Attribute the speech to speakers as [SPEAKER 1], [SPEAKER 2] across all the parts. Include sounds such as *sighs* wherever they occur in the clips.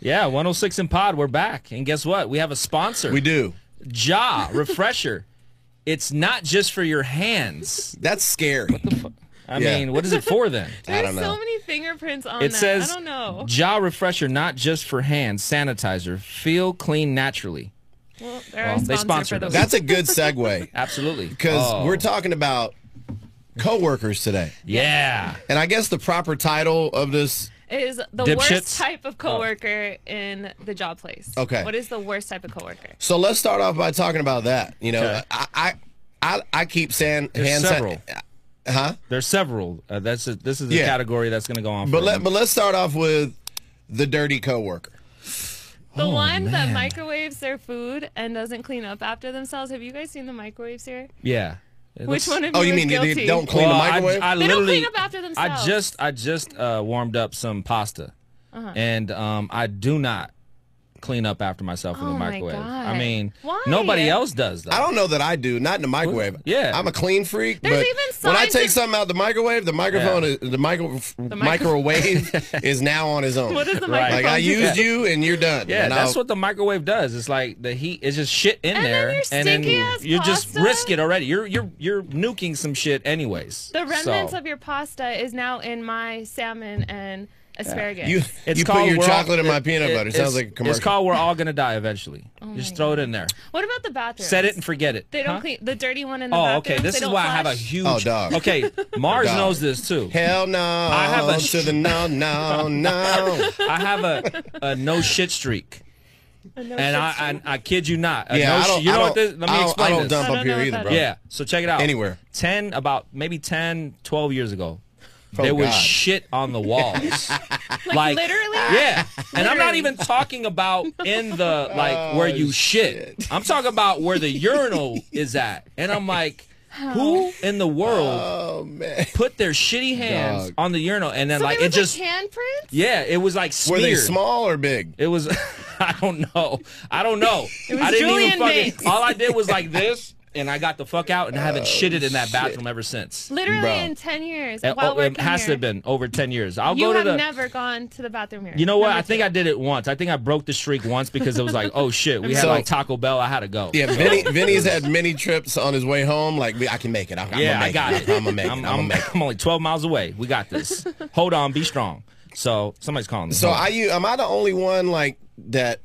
[SPEAKER 1] Yeah, 106 in Pod, we're back. And guess what? We have a sponsor.
[SPEAKER 2] We do.
[SPEAKER 1] Ja Refresher. it's not just for your hands.
[SPEAKER 2] That's scary.
[SPEAKER 1] I
[SPEAKER 2] Yeah.
[SPEAKER 1] mean, what is it for
[SPEAKER 3] *laughs*
[SPEAKER 1] then?
[SPEAKER 2] I
[SPEAKER 3] There's
[SPEAKER 2] don't know.
[SPEAKER 3] so many fingerprints on
[SPEAKER 1] It
[SPEAKER 3] that.
[SPEAKER 1] says
[SPEAKER 3] I don't know.
[SPEAKER 1] jaw refresher, not just for hands. Sanitizer, feel clean naturally.
[SPEAKER 3] Well, they're
[SPEAKER 1] Well,
[SPEAKER 3] our
[SPEAKER 1] they
[SPEAKER 3] sponsor
[SPEAKER 1] sponsored
[SPEAKER 3] for the
[SPEAKER 1] us.
[SPEAKER 3] week.
[SPEAKER 2] That's a
[SPEAKER 3] *laughs*
[SPEAKER 2] good segue
[SPEAKER 1] Absolutely,
[SPEAKER 2] because
[SPEAKER 1] Oh,
[SPEAKER 2] we're talking about coworkers today.
[SPEAKER 1] yeah.
[SPEAKER 2] And I guess the proper title of this
[SPEAKER 3] It is the
[SPEAKER 1] Dipshits. Oh.
[SPEAKER 3] worst type of coworker in the job place.
[SPEAKER 2] Okay.
[SPEAKER 3] What is the worst type of coworker?
[SPEAKER 2] So let's start off by talking about that. You know,
[SPEAKER 1] Okay.
[SPEAKER 2] I, I I I keep saying
[SPEAKER 1] There's
[SPEAKER 2] hand
[SPEAKER 1] several.
[SPEAKER 2] san- huh?
[SPEAKER 1] There's several. Uh, that's a, this is a
[SPEAKER 2] Yeah.
[SPEAKER 1] category that's going to go on.
[SPEAKER 2] But
[SPEAKER 1] for
[SPEAKER 2] let but let's start off with the dirty coworker.
[SPEAKER 3] The one that
[SPEAKER 1] Oh, man.
[SPEAKER 3] microwaves their food and doesn't clean up after themselves. Have you guys seen the microwaves here?
[SPEAKER 1] yeah. It
[SPEAKER 3] Which
[SPEAKER 1] looks-
[SPEAKER 3] one of
[SPEAKER 2] Oh,
[SPEAKER 3] you,
[SPEAKER 2] you
[SPEAKER 3] is
[SPEAKER 2] mean they- they
[SPEAKER 3] guilty?
[SPEAKER 2] don't clean the
[SPEAKER 1] Well, I-
[SPEAKER 2] microwave?
[SPEAKER 1] I,
[SPEAKER 3] They don't
[SPEAKER 1] literally,
[SPEAKER 3] clean up after
[SPEAKER 1] I
[SPEAKER 3] themselves.
[SPEAKER 1] just I just uh, warmed up some pasta,
[SPEAKER 3] Uh-huh.
[SPEAKER 1] and um, I do not clean up after myself in
[SPEAKER 3] Oh
[SPEAKER 1] the
[SPEAKER 3] my
[SPEAKER 1] microwave. I
[SPEAKER 3] God.
[SPEAKER 1] mean,
[SPEAKER 3] Why?
[SPEAKER 1] nobody else does though.
[SPEAKER 2] I don't know that I do, not in the microwave.
[SPEAKER 1] Yeah.
[SPEAKER 2] I'm a clean freak.
[SPEAKER 3] There's
[SPEAKER 2] but
[SPEAKER 3] even
[SPEAKER 2] when I
[SPEAKER 3] signs
[SPEAKER 2] take
[SPEAKER 3] in-
[SPEAKER 2] something out of the microwave, the microphone,
[SPEAKER 1] Yeah.
[SPEAKER 2] is, the, micro,
[SPEAKER 3] micro-
[SPEAKER 2] microwave is now on his own.
[SPEAKER 3] *laughs* What is the
[SPEAKER 1] Right.
[SPEAKER 3] microwave?
[SPEAKER 2] like I used
[SPEAKER 1] Yeah.
[SPEAKER 2] you and you're done.
[SPEAKER 1] Yeah,
[SPEAKER 2] And
[SPEAKER 1] that's
[SPEAKER 2] I'll-
[SPEAKER 1] what the microwave does. It's like the heat is just shit in
[SPEAKER 3] And then
[SPEAKER 1] there,
[SPEAKER 3] your
[SPEAKER 1] and then
[SPEAKER 3] stinky-ass
[SPEAKER 1] you just
[SPEAKER 3] pasta?
[SPEAKER 1] risk it already. You're you're you're nuking some shit anyways.
[SPEAKER 3] The remnants
[SPEAKER 1] So,
[SPEAKER 3] of your pasta is now in my salmon and asparagus.
[SPEAKER 2] you
[SPEAKER 1] it's
[SPEAKER 2] you
[SPEAKER 1] called
[SPEAKER 2] put your
[SPEAKER 1] we're all-
[SPEAKER 2] chocolate in my
[SPEAKER 1] it-
[SPEAKER 2] peanut
[SPEAKER 1] it-
[SPEAKER 2] butter. It
[SPEAKER 1] it's-
[SPEAKER 2] sounds like a commercial.
[SPEAKER 1] It's called "We're All Gonna Die Eventually."
[SPEAKER 3] Oh
[SPEAKER 1] just throw it in there,
[SPEAKER 3] what about the bathroom?
[SPEAKER 1] set it and forget it.
[SPEAKER 3] They don't
[SPEAKER 1] Huh?
[SPEAKER 3] clean the dirty one in the
[SPEAKER 1] Oh,
[SPEAKER 3] bathroom.
[SPEAKER 1] okay. This is why I have a huge.
[SPEAKER 2] Oh, *laughs* dog.
[SPEAKER 1] Okay, Mars
[SPEAKER 2] Dog.
[SPEAKER 1] knows this too.
[SPEAKER 2] Hell no. I
[SPEAKER 1] have a-
[SPEAKER 2] to the
[SPEAKER 1] *laughs*
[SPEAKER 2] no no no.
[SPEAKER 1] I have a, a no shit streak,
[SPEAKER 3] And
[SPEAKER 1] and I, I I kid you not. A
[SPEAKER 2] Yeah,
[SPEAKER 1] no
[SPEAKER 2] I don't,
[SPEAKER 1] shit- you
[SPEAKER 2] I
[SPEAKER 1] know
[SPEAKER 2] don't,
[SPEAKER 1] what this? Let me
[SPEAKER 2] I don't,
[SPEAKER 1] explain
[SPEAKER 2] I don't
[SPEAKER 1] this.
[SPEAKER 2] dump
[SPEAKER 3] I don't
[SPEAKER 2] up
[SPEAKER 3] know
[SPEAKER 2] here
[SPEAKER 3] what
[SPEAKER 2] either,
[SPEAKER 3] that
[SPEAKER 2] bro.
[SPEAKER 3] is.
[SPEAKER 1] Yeah. So check it out.
[SPEAKER 2] Anywhere.
[SPEAKER 1] 10, about maybe 10, 12 years ago,
[SPEAKER 2] Oh,
[SPEAKER 1] there was
[SPEAKER 2] God.
[SPEAKER 1] shit on the
[SPEAKER 2] *laughs*
[SPEAKER 1] walls. like,
[SPEAKER 3] literally?
[SPEAKER 1] Yeah. And I'm not even talking about in the,
[SPEAKER 2] Oh,
[SPEAKER 1] like, where you shit. I'm talking about where the urinal is at. And I'm like, who in the world
[SPEAKER 2] Oh man.
[SPEAKER 1] put their shitty hands
[SPEAKER 2] Dog.
[SPEAKER 1] on the urinal? And then,
[SPEAKER 3] so
[SPEAKER 1] like,
[SPEAKER 3] they
[SPEAKER 1] it
[SPEAKER 3] look
[SPEAKER 1] just,
[SPEAKER 3] like handprints.
[SPEAKER 1] yeah, it was like
[SPEAKER 2] Were
[SPEAKER 1] smeared.
[SPEAKER 2] they small or big?
[SPEAKER 1] It was, *laughs* I don't know. I don't
[SPEAKER 3] *laughs*
[SPEAKER 1] know. I didn't even
[SPEAKER 3] Julian
[SPEAKER 1] fucking,
[SPEAKER 3] Bates.
[SPEAKER 1] all I did was like this, and I got the fuck out, and I
[SPEAKER 2] Oh,
[SPEAKER 1] haven't shitted in that bathroom ever since.
[SPEAKER 3] Literally
[SPEAKER 2] Bro.
[SPEAKER 3] in ten years.
[SPEAKER 1] And-
[SPEAKER 3] while
[SPEAKER 1] oh,
[SPEAKER 3] we're
[SPEAKER 1] it has to have been over 10 years. I'll
[SPEAKER 3] You
[SPEAKER 1] go to
[SPEAKER 3] have
[SPEAKER 1] the.
[SPEAKER 3] never gone to the bathroom here.
[SPEAKER 1] you know what? I think I did it once. I think I broke the streak once because it was like, oh shit,
[SPEAKER 2] *laughs*
[SPEAKER 1] we had
[SPEAKER 2] So-
[SPEAKER 1] like Taco Bell. I had to go.
[SPEAKER 2] Yeah, Vinny, Vinny's had many trips on his way home. Like, I can make it. I'm,
[SPEAKER 1] yeah, I
[SPEAKER 2] I'm
[SPEAKER 1] got
[SPEAKER 2] gonna
[SPEAKER 1] it.
[SPEAKER 2] make I'm gonna make it. I'm gonna
[SPEAKER 1] I'm,
[SPEAKER 2] make it.
[SPEAKER 1] I'm only 12 miles away. We got
[SPEAKER 3] *laughs*
[SPEAKER 1] this. Hold on, be strong. So somebody's calling me.
[SPEAKER 2] So,
[SPEAKER 1] Hold on.
[SPEAKER 2] I you am I the only one like that?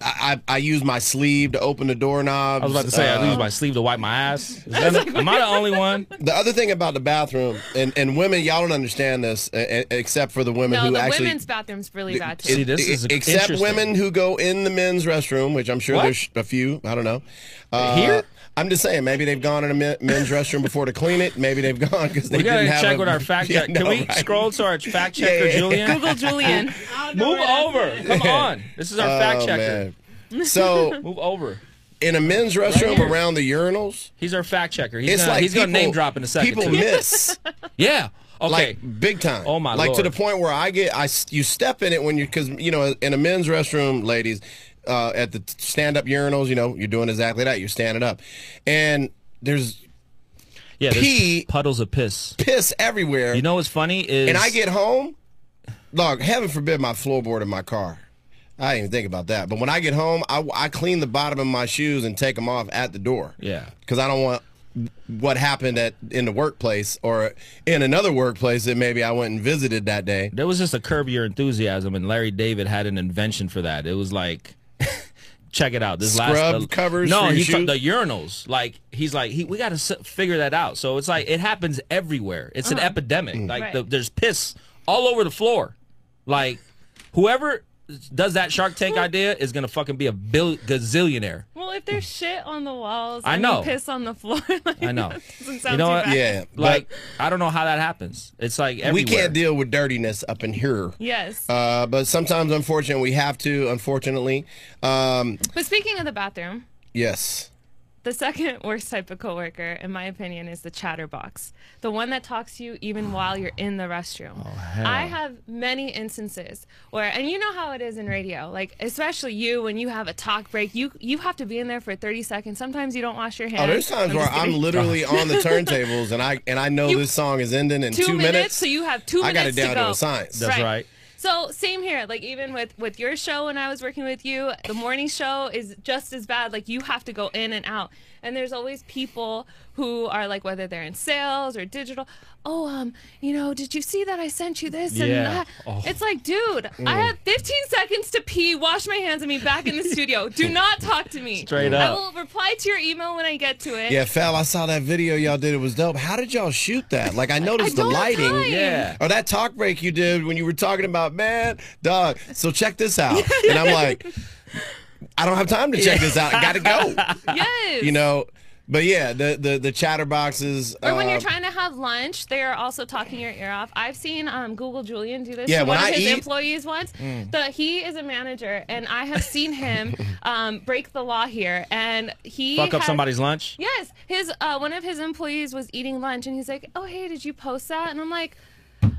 [SPEAKER 2] I I, I use my sleeve to open the doorknobs.
[SPEAKER 1] I was about to say
[SPEAKER 2] Uh,
[SPEAKER 1] I use my sleeve to wipe my ass. Is that- am I the
[SPEAKER 2] *laughs*
[SPEAKER 1] only one?
[SPEAKER 2] the other thing about the bathroom and and women, y'all don't understand this, uh, uh, except for the women
[SPEAKER 3] No,
[SPEAKER 2] who
[SPEAKER 3] the
[SPEAKER 2] actually. e,
[SPEAKER 3] women's bathroom's really bad too.
[SPEAKER 1] See, this is
[SPEAKER 2] except
[SPEAKER 1] interesting.
[SPEAKER 2] women who go in the men's restroom, which I'm sure
[SPEAKER 1] What?
[SPEAKER 2] there's a few. I don't know. Uh,
[SPEAKER 1] Here?
[SPEAKER 2] I'm just saying, maybe they've gone in a men- men's restroom before to clean it. Maybe they've gone because they
[SPEAKER 1] We gotta
[SPEAKER 2] didn't have
[SPEAKER 1] check
[SPEAKER 2] a-
[SPEAKER 1] with our fact
[SPEAKER 2] *laughs* Yeah,
[SPEAKER 1] check.
[SPEAKER 2] no,
[SPEAKER 1] Can we
[SPEAKER 2] right.
[SPEAKER 1] scroll to our fact checker,
[SPEAKER 2] Yeah.
[SPEAKER 1] Julian? *laughs*
[SPEAKER 3] Google Julian.
[SPEAKER 1] Move over. Come on. This is our fact
[SPEAKER 2] Oh,
[SPEAKER 1] checker. *laughs*
[SPEAKER 2] man. So
[SPEAKER 1] Move over.
[SPEAKER 2] in a men's restroom
[SPEAKER 1] here.
[SPEAKER 2] around the urinals,
[SPEAKER 1] He's our fact checker. He's
[SPEAKER 2] it's
[SPEAKER 1] gonna,
[SPEAKER 2] like
[SPEAKER 1] he's
[SPEAKER 2] people,
[SPEAKER 1] gonna name drop in a second.
[SPEAKER 2] People
[SPEAKER 1] too. *laughs*
[SPEAKER 2] miss
[SPEAKER 1] Yeah. Okay.
[SPEAKER 2] like big time.
[SPEAKER 1] Oh, my
[SPEAKER 2] Like to
[SPEAKER 1] Lord.
[SPEAKER 2] the point where I get I s- you step in it when you because you know in a men's restroom, ladies, uh, at the stand up urinals, you know you're doing exactly that. You're standing up, and there's
[SPEAKER 1] yeah, there's
[SPEAKER 2] pee-
[SPEAKER 1] puddles of piss.
[SPEAKER 2] piss everywhere.
[SPEAKER 1] You know what's funny is
[SPEAKER 2] and I get home, dog. Heaven forbid my floorboard in my car. I didn't even think about that. But when I get home, I, I clean the bottom of my shoes and take them off at the door.
[SPEAKER 1] Yeah.
[SPEAKER 2] because I don't want what happened at in the workplace or in another workplace that maybe I went and visited that day.
[SPEAKER 1] there was just a curb your enthusiasm, and Larry David had an invention for that. It was like. *laughs* Check it out. This last
[SPEAKER 2] Scrub
[SPEAKER 1] the-
[SPEAKER 2] covers
[SPEAKER 1] No,
[SPEAKER 2] for your
[SPEAKER 1] he's talking
[SPEAKER 2] shoes?
[SPEAKER 1] the urinals. Like he's like he, we got to s- figure that out. So it's like it happens everywhere. It's an epidemic.
[SPEAKER 2] Mm.
[SPEAKER 1] Like
[SPEAKER 3] Uh-huh. Right.
[SPEAKER 1] the, there's piss all over the floor. Like whoever does that Shark
[SPEAKER 3] *laughs*
[SPEAKER 1] Tank idea is gonna fucking be a bill gazillionaire.
[SPEAKER 3] Well, if there's shit on the walls,
[SPEAKER 1] I
[SPEAKER 3] and
[SPEAKER 1] know.
[SPEAKER 3] you piss on the floor. *laughs* Like,
[SPEAKER 1] I know.
[SPEAKER 3] that doesn't sound
[SPEAKER 1] You know
[SPEAKER 3] too
[SPEAKER 1] what?
[SPEAKER 3] bad. *laughs*
[SPEAKER 2] Yeah, but
[SPEAKER 1] Like I don't know how that happens. It's like everywhere.
[SPEAKER 2] we can't deal with dirtiness up in here.
[SPEAKER 3] Yes.
[SPEAKER 2] Uh, but sometimes, unfortunately, we have to. Unfortunately, um,
[SPEAKER 3] but speaking of the bathroom,
[SPEAKER 2] yes.
[SPEAKER 3] the second *laughs* worst type of coworker, in my opinion, is the chatterbox. The one that talks to you even while you're in the restroom.
[SPEAKER 2] Oh,
[SPEAKER 3] I have many instances where and you know how it is in radio, like especially you when you have a talk break, you you have to be in there for 30 seconds. Sometimes you don't wash your hands.
[SPEAKER 2] Oh, there's times
[SPEAKER 3] I'm
[SPEAKER 2] where
[SPEAKER 3] just
[SPEAKER 2] I'm
[SPEAKER 3] kidding. *laughs*
[SPEAKER 2] literally on the turntables and I and I know
[SPEAKER 3] You-
[SPEAKER 2] this song is ending in
[SPEAKER 3] two,
[SPEAKER 2] two
[SPEAKER 3] minutes, so you have two
[SPEAKER 2] I
[SPEAKER 3] minutes
[SPEAKER 2] got it down
[SPEAKER 3] to go.
[SPEAKER 2] to a science.
[SPEAKER 1] That's right.
[SPEAKER 3] So same here. Like even with with your show when I was working with you, the morning show is just as bad. Like you have to go in and out, and there's always people who are like whether they're in sales or digital. Oh, um, you know, did you see that I sent you this and
[SPEAKER 1] Yeah.
[SPEAKER 3] that?
[SPEAKER 1] Oh. Mm.
[SPEAKER 3] It's like, dude, I have 15 seconds to pee, wash my hands, and be back in the studio. Do not talk to me.
[SPEAKER 1] Straight
[SPEAKER 3] I
[SPEAKER 1] up.
[SPEAKER 3] will reply to your email when I get to it.
[SPEAKER 2] Yeah, Fel, I saw that video y'all did. It was dope. How did y'all shoot that? Like, I noticed the
[SPEAKER 3] don't have
[SPEAKER 2] lighting.
[SPEAKER 3] time.
[SPEAKER 1] Yeah.
[SPEAKER 2] Or that talk break you did when you were talking about, man, dog, so check this
[SPEAKER 3] *laughs*
[SPEAKER 2] out. And I'm like, I don't have time to check this out. I gotta
[SPEAKER 3] *laughs*
[SPEAKER 2] go.
[SPEAKER 3] Yes.
[SPEAKER 2] You know? But yeah, the the, the chatterboxes.
[SPEAKER 3] Or when
[SPEAKER 2] uh,
[SPEAKER 3] you're trying to have lunch, they are also talking your ear off. I've seen um, Google Julian do this
[SPEAKER 2] Yeah,
[SPEAKER 3] to
[SPEAKER 2] when
[SPEAKER 3] one of
[SPEAKER 2] I
[SPEAKER 3] his
[SPEAKER 2] eat- Mm.
[SPEAKER 3] employees once. The, he is a manager, and I have
[SPEAKER 2] *laughs*
[SPEAKER 3] seen him um, break the law here. And he
[SPEAKER 1] Fuck up
[SPEAKER 3] had-
[SPEAKER 1] somebody's lunch.
[SPEAKER 3] Yes, his uh, one of his employees was eating lunch, and he's like, "Oh hey, did you post that?" And I'm like,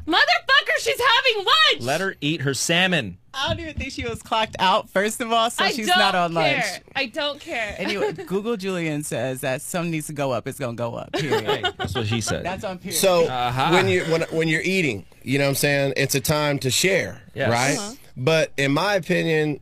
[SPEAKER 3] "Motherfucker, she's having lunch."
[SPEAKER 1] Let her eat her salmon.
[SPEAKER 4] I don't even think she was clocked out, first of all, so
[SPEAKER 3] I
[SPEAKER 4] she's
[SPEAKER 3] don't
[SPEAKER 4] not on
[SPEAKER 3] care.
[SPEAKER 4] lunch.
[SPEAKER 3] I don't care. *laughs*
[SPEAKER 4] Anyway, Google Julian says that some needs to go up. It's going to go up, period.
[SPEAKER 1] *laughs* That's what she said.
[SPEAKER 4] That's on period.
[SPEAKER 2] So
[SPEAKER 1] Uh-huh.
[SPEAKER 2] when you when when you're eating, you know what I'm saying? It's a time to share,
[SPEAKER 1] Yes.
[SPEAKER 2] right?
[SPEAKER 1] Uh-huh.
[SPEAKER 2] But in my opinion,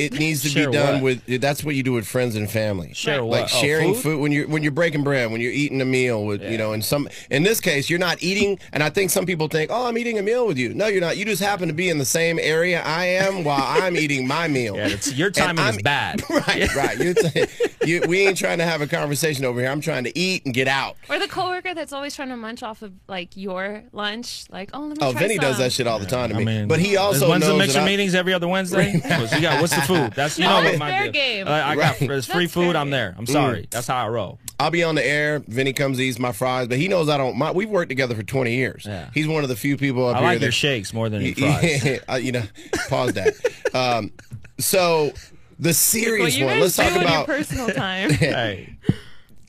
[SPEAKER 1] *laughs*
[SPEAKER 2] it needs to
[SPEAKER 1] Share
[SPEAKER 2] be done
[SPEAKER 1] what?
[SPEAKER 2] with that's what you do with friends and family.
[SPEAKER 1] Share what?
[SPEAKER 2] like
[SPEAKER 1] Oh,
[SPEAKER 2] sharing
[SPEAKER 1] food?
[SPEAKER 2] food? when you're when you're breaking bread, when you're eating a meal with you know, and some in this case you're not eating and I think some people think, "Oh, I'm eating a meal with you." No, you're not. You just happen to be in the same area I am while I'm eating my meal.
[SPEAKER 1] *laughs* yeah, it's, your timing is
[SPEAKER 2] I'm- *laughs*
[SPEAKER 1] bad.
[SPEAKER 2] Right, right. You're t- *laughs* you, we ain't trying to have a conversation over here. I'm trying to eat and get out.
[SPEAKER 3] Or the coworker that's always trying to munch off of like your lunch, like, "Oh, let me
[SPEAKER 2] Oh,
[SPEAKER 3] try
[SPEAKER 2] Vinny does
[SPEAKER 3] some."
[SPEAKER 2] that shit all the time to me.
[SPEAKER 1] I mean,
[SPEAKER 2] but he also
[SPEAKER 1] when's
[SPEAKER 2] knows
[SPEAKER 1] the mixer
[SPEAKER 2] that I-
[SPEAKER 1] meetings every other Wednesday? *laughs* What's- you got- what's the food? That's you
[SPEAKER 3] No,
[SPEAKER 1] know
[SPEAKER 3] that's
[SPEAKER 1] what my
[SPEAKER 3] fair
[SPEAKER 1] deal.
[SPEAKER 3] game.
[SPEAKER 1] Uh, I got
[SPEAKER 2] Right. Mm.
[SPEAKER 1] there's free
[SPEAKER 3] That's fair
[SPEAKER 1] food. I'm
[SPEAKER 3] game.
[SPEAKER 1] there. I'm sorry. That's how I roll.
[SPEAKER 2] I'll be on the air. Vinny comes, eats my fries, but he knows I don't. My, we've worked together for 20 years.
[SPEAKER 1] Yeah.
[SPEAKER 2] He's one of the few people up
[SPEAKER 1] I
[SPEAKER 2] here
[SPEAKER 1] like
[SPEAKER 2] that
[SPEAKER 1] your shakes more
[SPEAKER 2] *laughs*
[SPEAKER 1] than your fries.
[SPEAKER 2] I- you know, pause that. um, so the
[SPEAKER 3] What
[SPEAKER 2] serious
[SPEAKER 3] you
[SPEAKER 2] one. Let's
[SPEAKER 3] guys do
[SPEAKER 2] talk
[SPEAKER 3] in your
[SPEAKER 2] about
[SPEAKER 3] personal
[SPEAKER 1] *laughs*
[SPEAKER 3] time.
[SPEAKER 1] hey,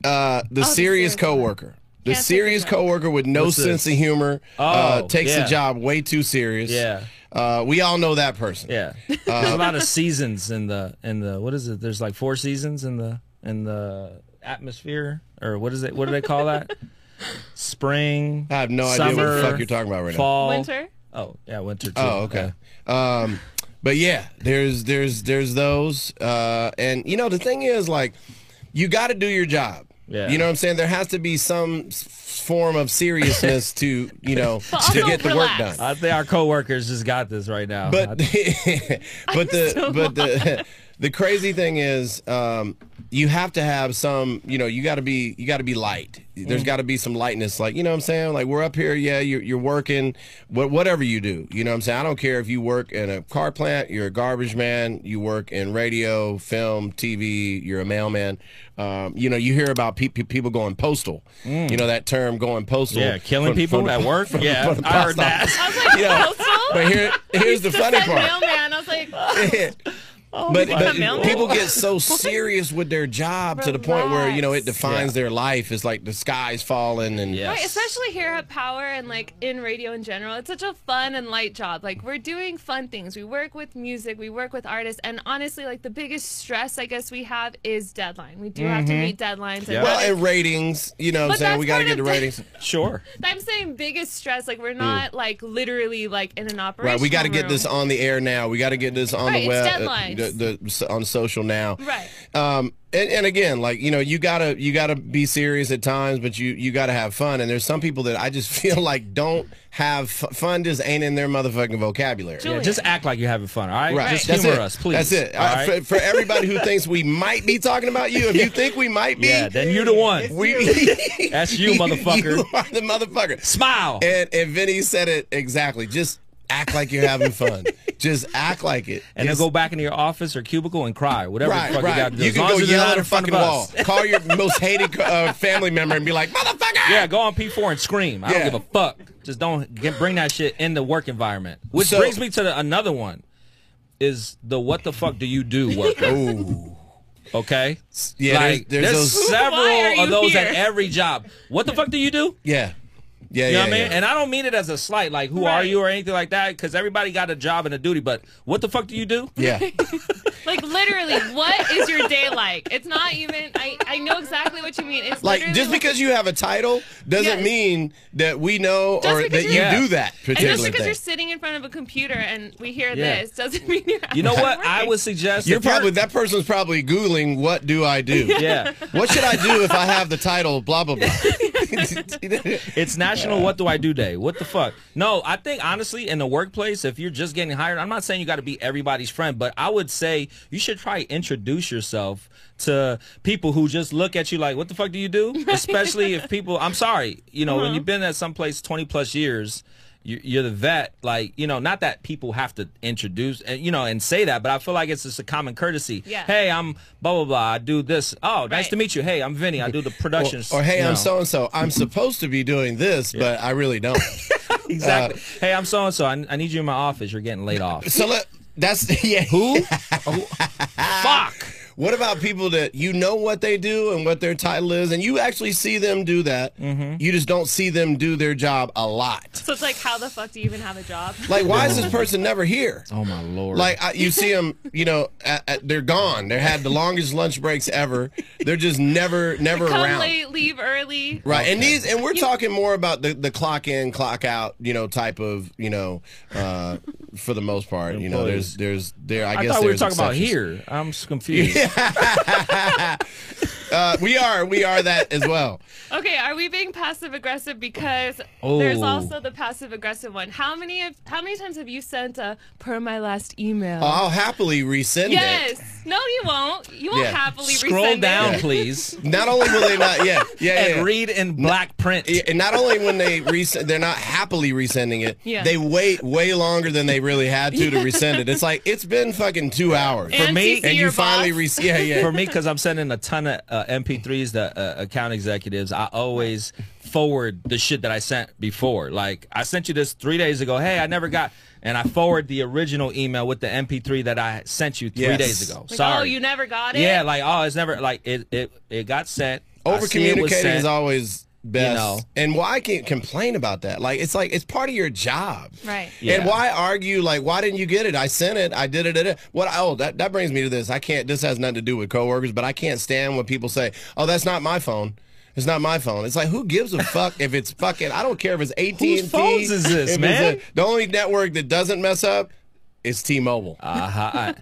[SPEAKER 2] uh, the serious
[SPEAKER 3] serious
[SPEAKER 2] coworker. The
[SPEAKER 3] Can't take
[SPEAKER 2] serious
[SPEAKER 3] it back.
[SPEAKER 2] coworker with no
[SPEAKER 1] What's this?
[SPEAKER 2] sense of humor uh,
[SPEAKER 1] Oh,
[SPEAKER 2] takes
[SPEAKER 1] yeah.
[SPEAKER 2] the job way too serious.
[SPEAKER 1] Yeah.
[SPEAKER 2] Uh, we all know that person.
[SPEAKER 1] yeah.
[SPEAKER 2] Uh,
[SPEAKER 1] there's a lot of seasons in the in the what is it? There's like four seasons in the in the atmosphere or what is it? What do they call that? Spring.
[SPEAKER 2] I have no idea what
[SPEAKER 1] summer,
[SPEAKER 2] the fuck you're talking about right now.
[SPEAKER 1] Fall.
[SPEAKER 3] *laughs* Winter?
[SPEAKER 1] Oh yeah, winter too.
[SPEAKER 2] Oh, okay. Um, but yeah, there's there's there's those, uh, and you know the thing is like, you got to do your job.
[SPEAKER 1] Yeah.
[SPEAKER 2] You know what I'm saying? There has to be some s- form of seriousness to you know
[SPEAKER 3] *laughs* But
[SPEAKER 2] to
[SPEAKER 3] also
[SPEAKER 2] get the work
[SPEAKER 3] relax.
[SPEAKER 2] done.
[SPEAKER 1] I think our coworkers just got this right now.
[SPEAKER 2] But *laughs*
[SPEAKER 1] I-
[SPEAKER 2] but the
[SPEAKER 3] so
[SPEAKER 2] but the *laughs* the crazy thing is um, you have to have some you know you got to be you got to be light. There's
[SPEAKER 1] Mm.
[SPEAKER 2] got to be some lightness, like you know what I'm saying. Like we're up here, yeah. You're, you're working, what whatever you do, you know what I'm saying. I don't care if you work in a car plant, you're a garbage man, you work in radio, film, TV, you're a mailman. Um, you know you hear about pe- pe- people going postal. You know that term going postal.
[SPEAKER 1] Mm. yeah, killing
[SPEAKER 2] from-
[SPEAKER 1] people *laughs*
[SPEAKER 2] from the-
[SPEAKER 1] at
[SPEAKER 2] *laughs*
[SPEAKER 1] work. yeah,
[SPEAKER 2] from the
[SPEAKER 1] I heard
[SPEAKER 2] post office. *laughs*
[SPEAKER 1] that.
[SPEAKER 3] I was like,
[SPEAKER 2] You know,
[SPEAKER 3] postal?
[SPEAKER 2] But here here's the
[SPEAKER 3] Just
[SPEAKER 2] funny
[SPEAKER 3] said
[SPEAKER 2] part.
[SPEAKER 3] Mailman. I was like, Oh,
[SPEAKER 2] but,
[SPEAKER 1] my
[SPEAKER 2] but
[SPEAKER 3] God.
[SPEAKER 2] people get
[SPEAKER 3] *laughs*
[SPEAKER 2] so serious with their job to the point where you know it
[SPEAKER 3] Relax.
[SPEAKER 2] defines their life. It's like the sky's falling and
[SPEAKER 1] Yeah.
[SPEAKER 3] right, especially here at Power and like in radio in general, it's such a fun and light job. Like we're doing fun things. We work with music, we work with artists, and honestly, like the biggest stress I guess we have is deadline. We do have to meet deadlines. And
[SPEAKER 2] Mm-hmm. well, and ratings. You know, what I'm
[SPEAKER 3] But
[SPEAKER 2] saying we got
[SPEAKER 3] that's
[SPEAKER 2] to
[SPEAKER 3] part
[SPEAKER 2] get the
[SPEAKER 3] of
[SPEAKER 2] ratings.
[SPEAKER 3] *laughs*
[SPEAKER 1] Sure.
[SPEAKER 3] I'm saying biggest stress. Like we're not like literally like in an operation.
[SPEAKER 2] Right, we got to get
[SPEAKER 3] room.
[SPEAKER 2] this on the air now. We got to get this on
[SPEAKER 3] Right,
[SPEAKER 2] the
[SPEAKER 3] it's
[SPEAKER 2] web, uh,
[SPEAKER 3] deadlines.
[SPEAKER 2] the, the, on social now.
[SPEAKER 3] Right.
[SPEAKER 2] Um, and, and again, like you know, you gotta you gotta be serious at times, but you you gotta have fun. And there's some people that I just *laughs* feel like don't have f- fun. Just ain't in their motherfucking vocabulary.
[SPEAKER 3] Julie,
[SPEAKER 1] Yeah, just act like you're having fun, all right? Just
[SPEAKER 2] That's
[SPEAKER 1] humor
[SPEAKER 2] it.
[SPEAKER 1] us, please.
[SPEAKER 2] That's it.
[SPEAKER 1] All
[SPEAKER 2] Uh,
[SPEAKER 1] right?
[SPEAKER 2] for, for everybody who thinks we might be talking about you,
[SPEAKER 1] *laughs*
[SPEAKER 2] if you think we might be,
[SPEAKER 1] yeah, then you're the one.
[SPEAKER 2] *laughs* we, *laughs*
[SPEAKER 1] That's you, motherfucker.
[SPEAKER 2] You are the motherfucker.
[SPEAKER 1] Smile. And,
[SPEAKER 2] And and Vinny said it exactly. Just act like you're
[SPEAKER 1] *laughs*
[SPEAKER 2] having fun. Just act like it.
[SPEAKER 1] then
[SPEAKER 2] Just-
[SPEAKER 1] go back into your office or cubicle and cry, whatever
[SPEAKER 2] Right,
[SPEAKER 1] the fuck you got
[SPEAKER 2] right.
[SPEAKER 1] to do.
[SPEAKER 2] You
[SPEAKER 1] as
[SPEAKER 2] can
[SPEAKER 1] long
[SPEAKER 2] go
[SPEAKER 1] as it's
[SPEAKER 2] yell
[SPEAKER 1] not
[SPEAKER 2] at
[SPEAKER 1] in
[SPEAKER 2] a
[SPEAKER 1] front
[SPEAKER 2] fucking
[SPEAKER 1] of
[SPEAKER 2] wall.
[SPEAKER 1] us. *laughs*
[SPEAKER 2] Call your most hated uh, family member and be like, motherfucker!
[SPEAKER 1] Yeah, go on P4 and scream. I
[SPEAKER 2] Yeah.
[SPEAKER 1] don't give a fuck. Just don't get, bring that shit in the work environment. Which
[SPEAKER 2] So-
[SPEAKER 1] brings me to the, another one is the what the fuck do you do work.
[SPEAKER 2] *laughs* Ooh.
[SPEAKER 1] Okay?
[SPEAKER 2] Yeah,
[SPEAKER 1] like,
[SPEAKER 2] there's- there's those-
[SPEAKER 1] several
[SPEAKER 3] Why are
[SPEAKER 1] of
[SPEAKER 3] you
[SPEAKER 1] those at
[SPEAKER 3] here?
[SPEAKER 1] every job. What the fuck do you do?
[SPEAKER 2] Yeah. Yeah,
[SPEAKER 1] you know
[SPEAKER 2] yeah,
[SPEAKER 1] what I mean?
[SPEAKER 2] yeah.
[SPEAKER 1] And I don't mean it as a slight, like who are
[SPEAKER 3] Right.
[SPEAKER 1] you or anything like that, because everybody got a job and a duty. But what the fuck do you do?
[SPEAKER 2] Yeah.
[SPEAKER 3] Like literally, what is your day like? It's not even. I I know exactly what you mean. It's
[SPEAKER 2] Like
[SPEAKER 3] literally
[SPEAKER 2] just because you have a title doesn't
[SPEAKER 3] Yes.
[SPEAKER 2] mean that we know
[SPEAKER 3] Just
[SPEAKER 2] or
[SPEAKER 3] because
[SPEAKER 2] that you
[SPEAKER 1] you're-
[SPEAKER 2] do that
[SPEAKER 3] And just
[SPEAKER 2] particular
[SPEAKER 3] because
[SPEAKER 2] thing.
[SPEAKER 3] you're sitting in front of a computer and we hear
[SPEAKER 1] Yeah.
[SPEAKER 3] this doesn't mean you're.
[SPEAKER 1] You know
[SPEAKER 3] actually
[SPEAKER 1] what? I
[SPEAKER 3] working.
[SPEAKER 1] would suggest
[SPEAKER 2] You're
[SPEAKER 1] if you're-
[SPEAKER 2] probably that person's probably googling what do I do?
[SPEAKER 1] yeah.
[SPEAKER 2] *laughs* What should I do if I have the title blah
[SPEAKER 3] *laughs*
[SPEAKER 2] blah blah?
[SPEAKER 1] It's National What Do I Do Day. What the fuck? No, I think honestly, in the workplace, if you're just getting hired, I'm not saying you got to be everybody's friend, but I would say you should try to introduce yourself to people who just look at you like, "What the fuck do you do?" Especially if people, I'm sorry, you know,
[SPEAKER 2] Uh-huh.
[SPEAKER 1] when you've been at some place 20 plus years. you- You're the vet, like you know. Not that people have to introduce, and you know, and say that, but I feel like it's just a common courtesy.
[SPEAKER 3] Yeah.
[SPEAKER 1] Hey, I'm blah blah blah. I do this. Oh, nice
[SPEAKER 3] Right.
[SPEAKER 1] to meet you. Hey, I'm Vinny. I do the productions.
[SPEAKER 2] Or, or, hey,
[SPEAKER 1] you know.
[SPEAKER 2] I'm so and so. I'm supposed to be doing this, but I really don't.
[SPEAKER 1] Exactly. Uh, hey, I'm so and so. I I need you in my office. You're getting laid
[SPEAKER 2] *laughs*
[SPEAKER 1] off.
[SPEAKER 2] so let, that's yeah.
[SPEAKER 1] Who? Oh,
[SPEAKER 2] Ah.
[SPEAKER 1] fuck.
[SPEAKER 2] What about people that you know what they do and what their title is, and you actually see them do that? You just don't see them do their job a lot.
[SPEAKER 3] So it's like, how the fuck do you even have a job?
[SPEAKER 2] Like, why is this person never here?
[SPEAKER 1] Oh my lord.
[SPEAKER 2] Like I, you see them, you know, at, at, they're gone. They had the longest lunch breaks ever. They're just never, never
[SPEAKER 3] Come
[SPEAKER 2] around.
[SPEAKER 3] late, leave early.
[SPEAKER 2] Right, and these, and we're talking more about the, the clock in, clock out, you know, type of, you know, uh, for the most part, you know, there's,
[SPEAKER 1] Employees.
[SPEAKER 2] there's, there. I,
[SPEAKER 1] I
[SPEAKER 2] guess
[SPEAKER 1] thought we were
[SPEAKER 2] there's
[SPEAKER 1] talking about
[SPEAKER 2] exceptions.
[SPEAKER 1] here. I'm s- confused.
[SPEAKER 2] Uh, we are, we are that as well.
[SPEAKER 1] *laughs*
[SPEAKER 3] Okay, are we being passive aggressive? Because there's
[SPEAKER 1] Oh.
[SPEAKER 3] also the passive aggressive one. How many of how many times have you sent a per my last email?
[SPEAKER 2] I'll happily resend it.
[SPEAKER 3] yes. No, you won't. You won't
[SPEAKER 2] Yeah.
[SPEAKER 3] happily
[SPEAKER 1] Scroll
[SPEAKER 3] resend it.
[SPEAKER 1] down, please,
[SPEAKER 2] Not only will they not, yeah, yeah, yeah.
[SPEAKER 1] and read in black print.
[SPEAKER 2] Yeah, and not only when they resend, they're not happily resending it.
[SPEAKER 3] Yeah.
[SPEAKER 2] They wait way longer than they really had to to resend it. It's like it's been fucking two hours,
[SPEAKER 3] And
[SPEAKER 1] me-
[SPEAKER 3] CC
[SPEAKER 2] and you
[SPEAKER 3] your
[SPEAKER 2] finally
[SPEAKER 3] boss.
[SPEAKER 2] res Yeah,
[SPEAKER 3] *laughs*
[SPEAKER 2] yeah.
[SPEAKER 1] For me, because I'm sending a ton of uh, MP3s to uh, account executives, I always forward the shit that I sent before. Like I sent you this three days ago. Hey, I never got, and I forward the original email with the MP3 that I sent you three
[SPEAKER 2] Yes.
[SPEAKER 1] days ago.
[SPEAKER 3] Like,
[SPEAKER 1] Sorry.
[SPEAKER 3] oh, you never got it.
[SPEAKER 1] Yeah, like oh, it's never like it it it got sent. I
[SPEAKER 2] Over
[SPEAKER 1] see it was
[SPEAKER 2] communicating
[SPEAKER 1] sent.
[SPEAKER 2] is always best.
[SPEAKER 1] know.
[SPEAKER 2] And why I can't complain about that? Like it's like it's part of your job.
[SPEAKER 3] Right.
[SPEAKER 1] Yeah.
[SPEAKER 2] And why argue like why didn't you get it? I sent it. I did it. did it. What oh that, that brings me to this. I can't this has nothing to do with coworkers, but I can't stand when people say, "Oh, that's not my phone." It's not my phone. It's like who gives a fuck if it's fucking I don't care if it's AT&T.
[SPEAKER 1] Whose phones is this,
[SPEAKER 2] if it's
[SPEAKER 1] man?
[SPEAKER 2] a- the only network that doesn't mess up is T-Mobile.
[SPEAKER 1] Uh-huh.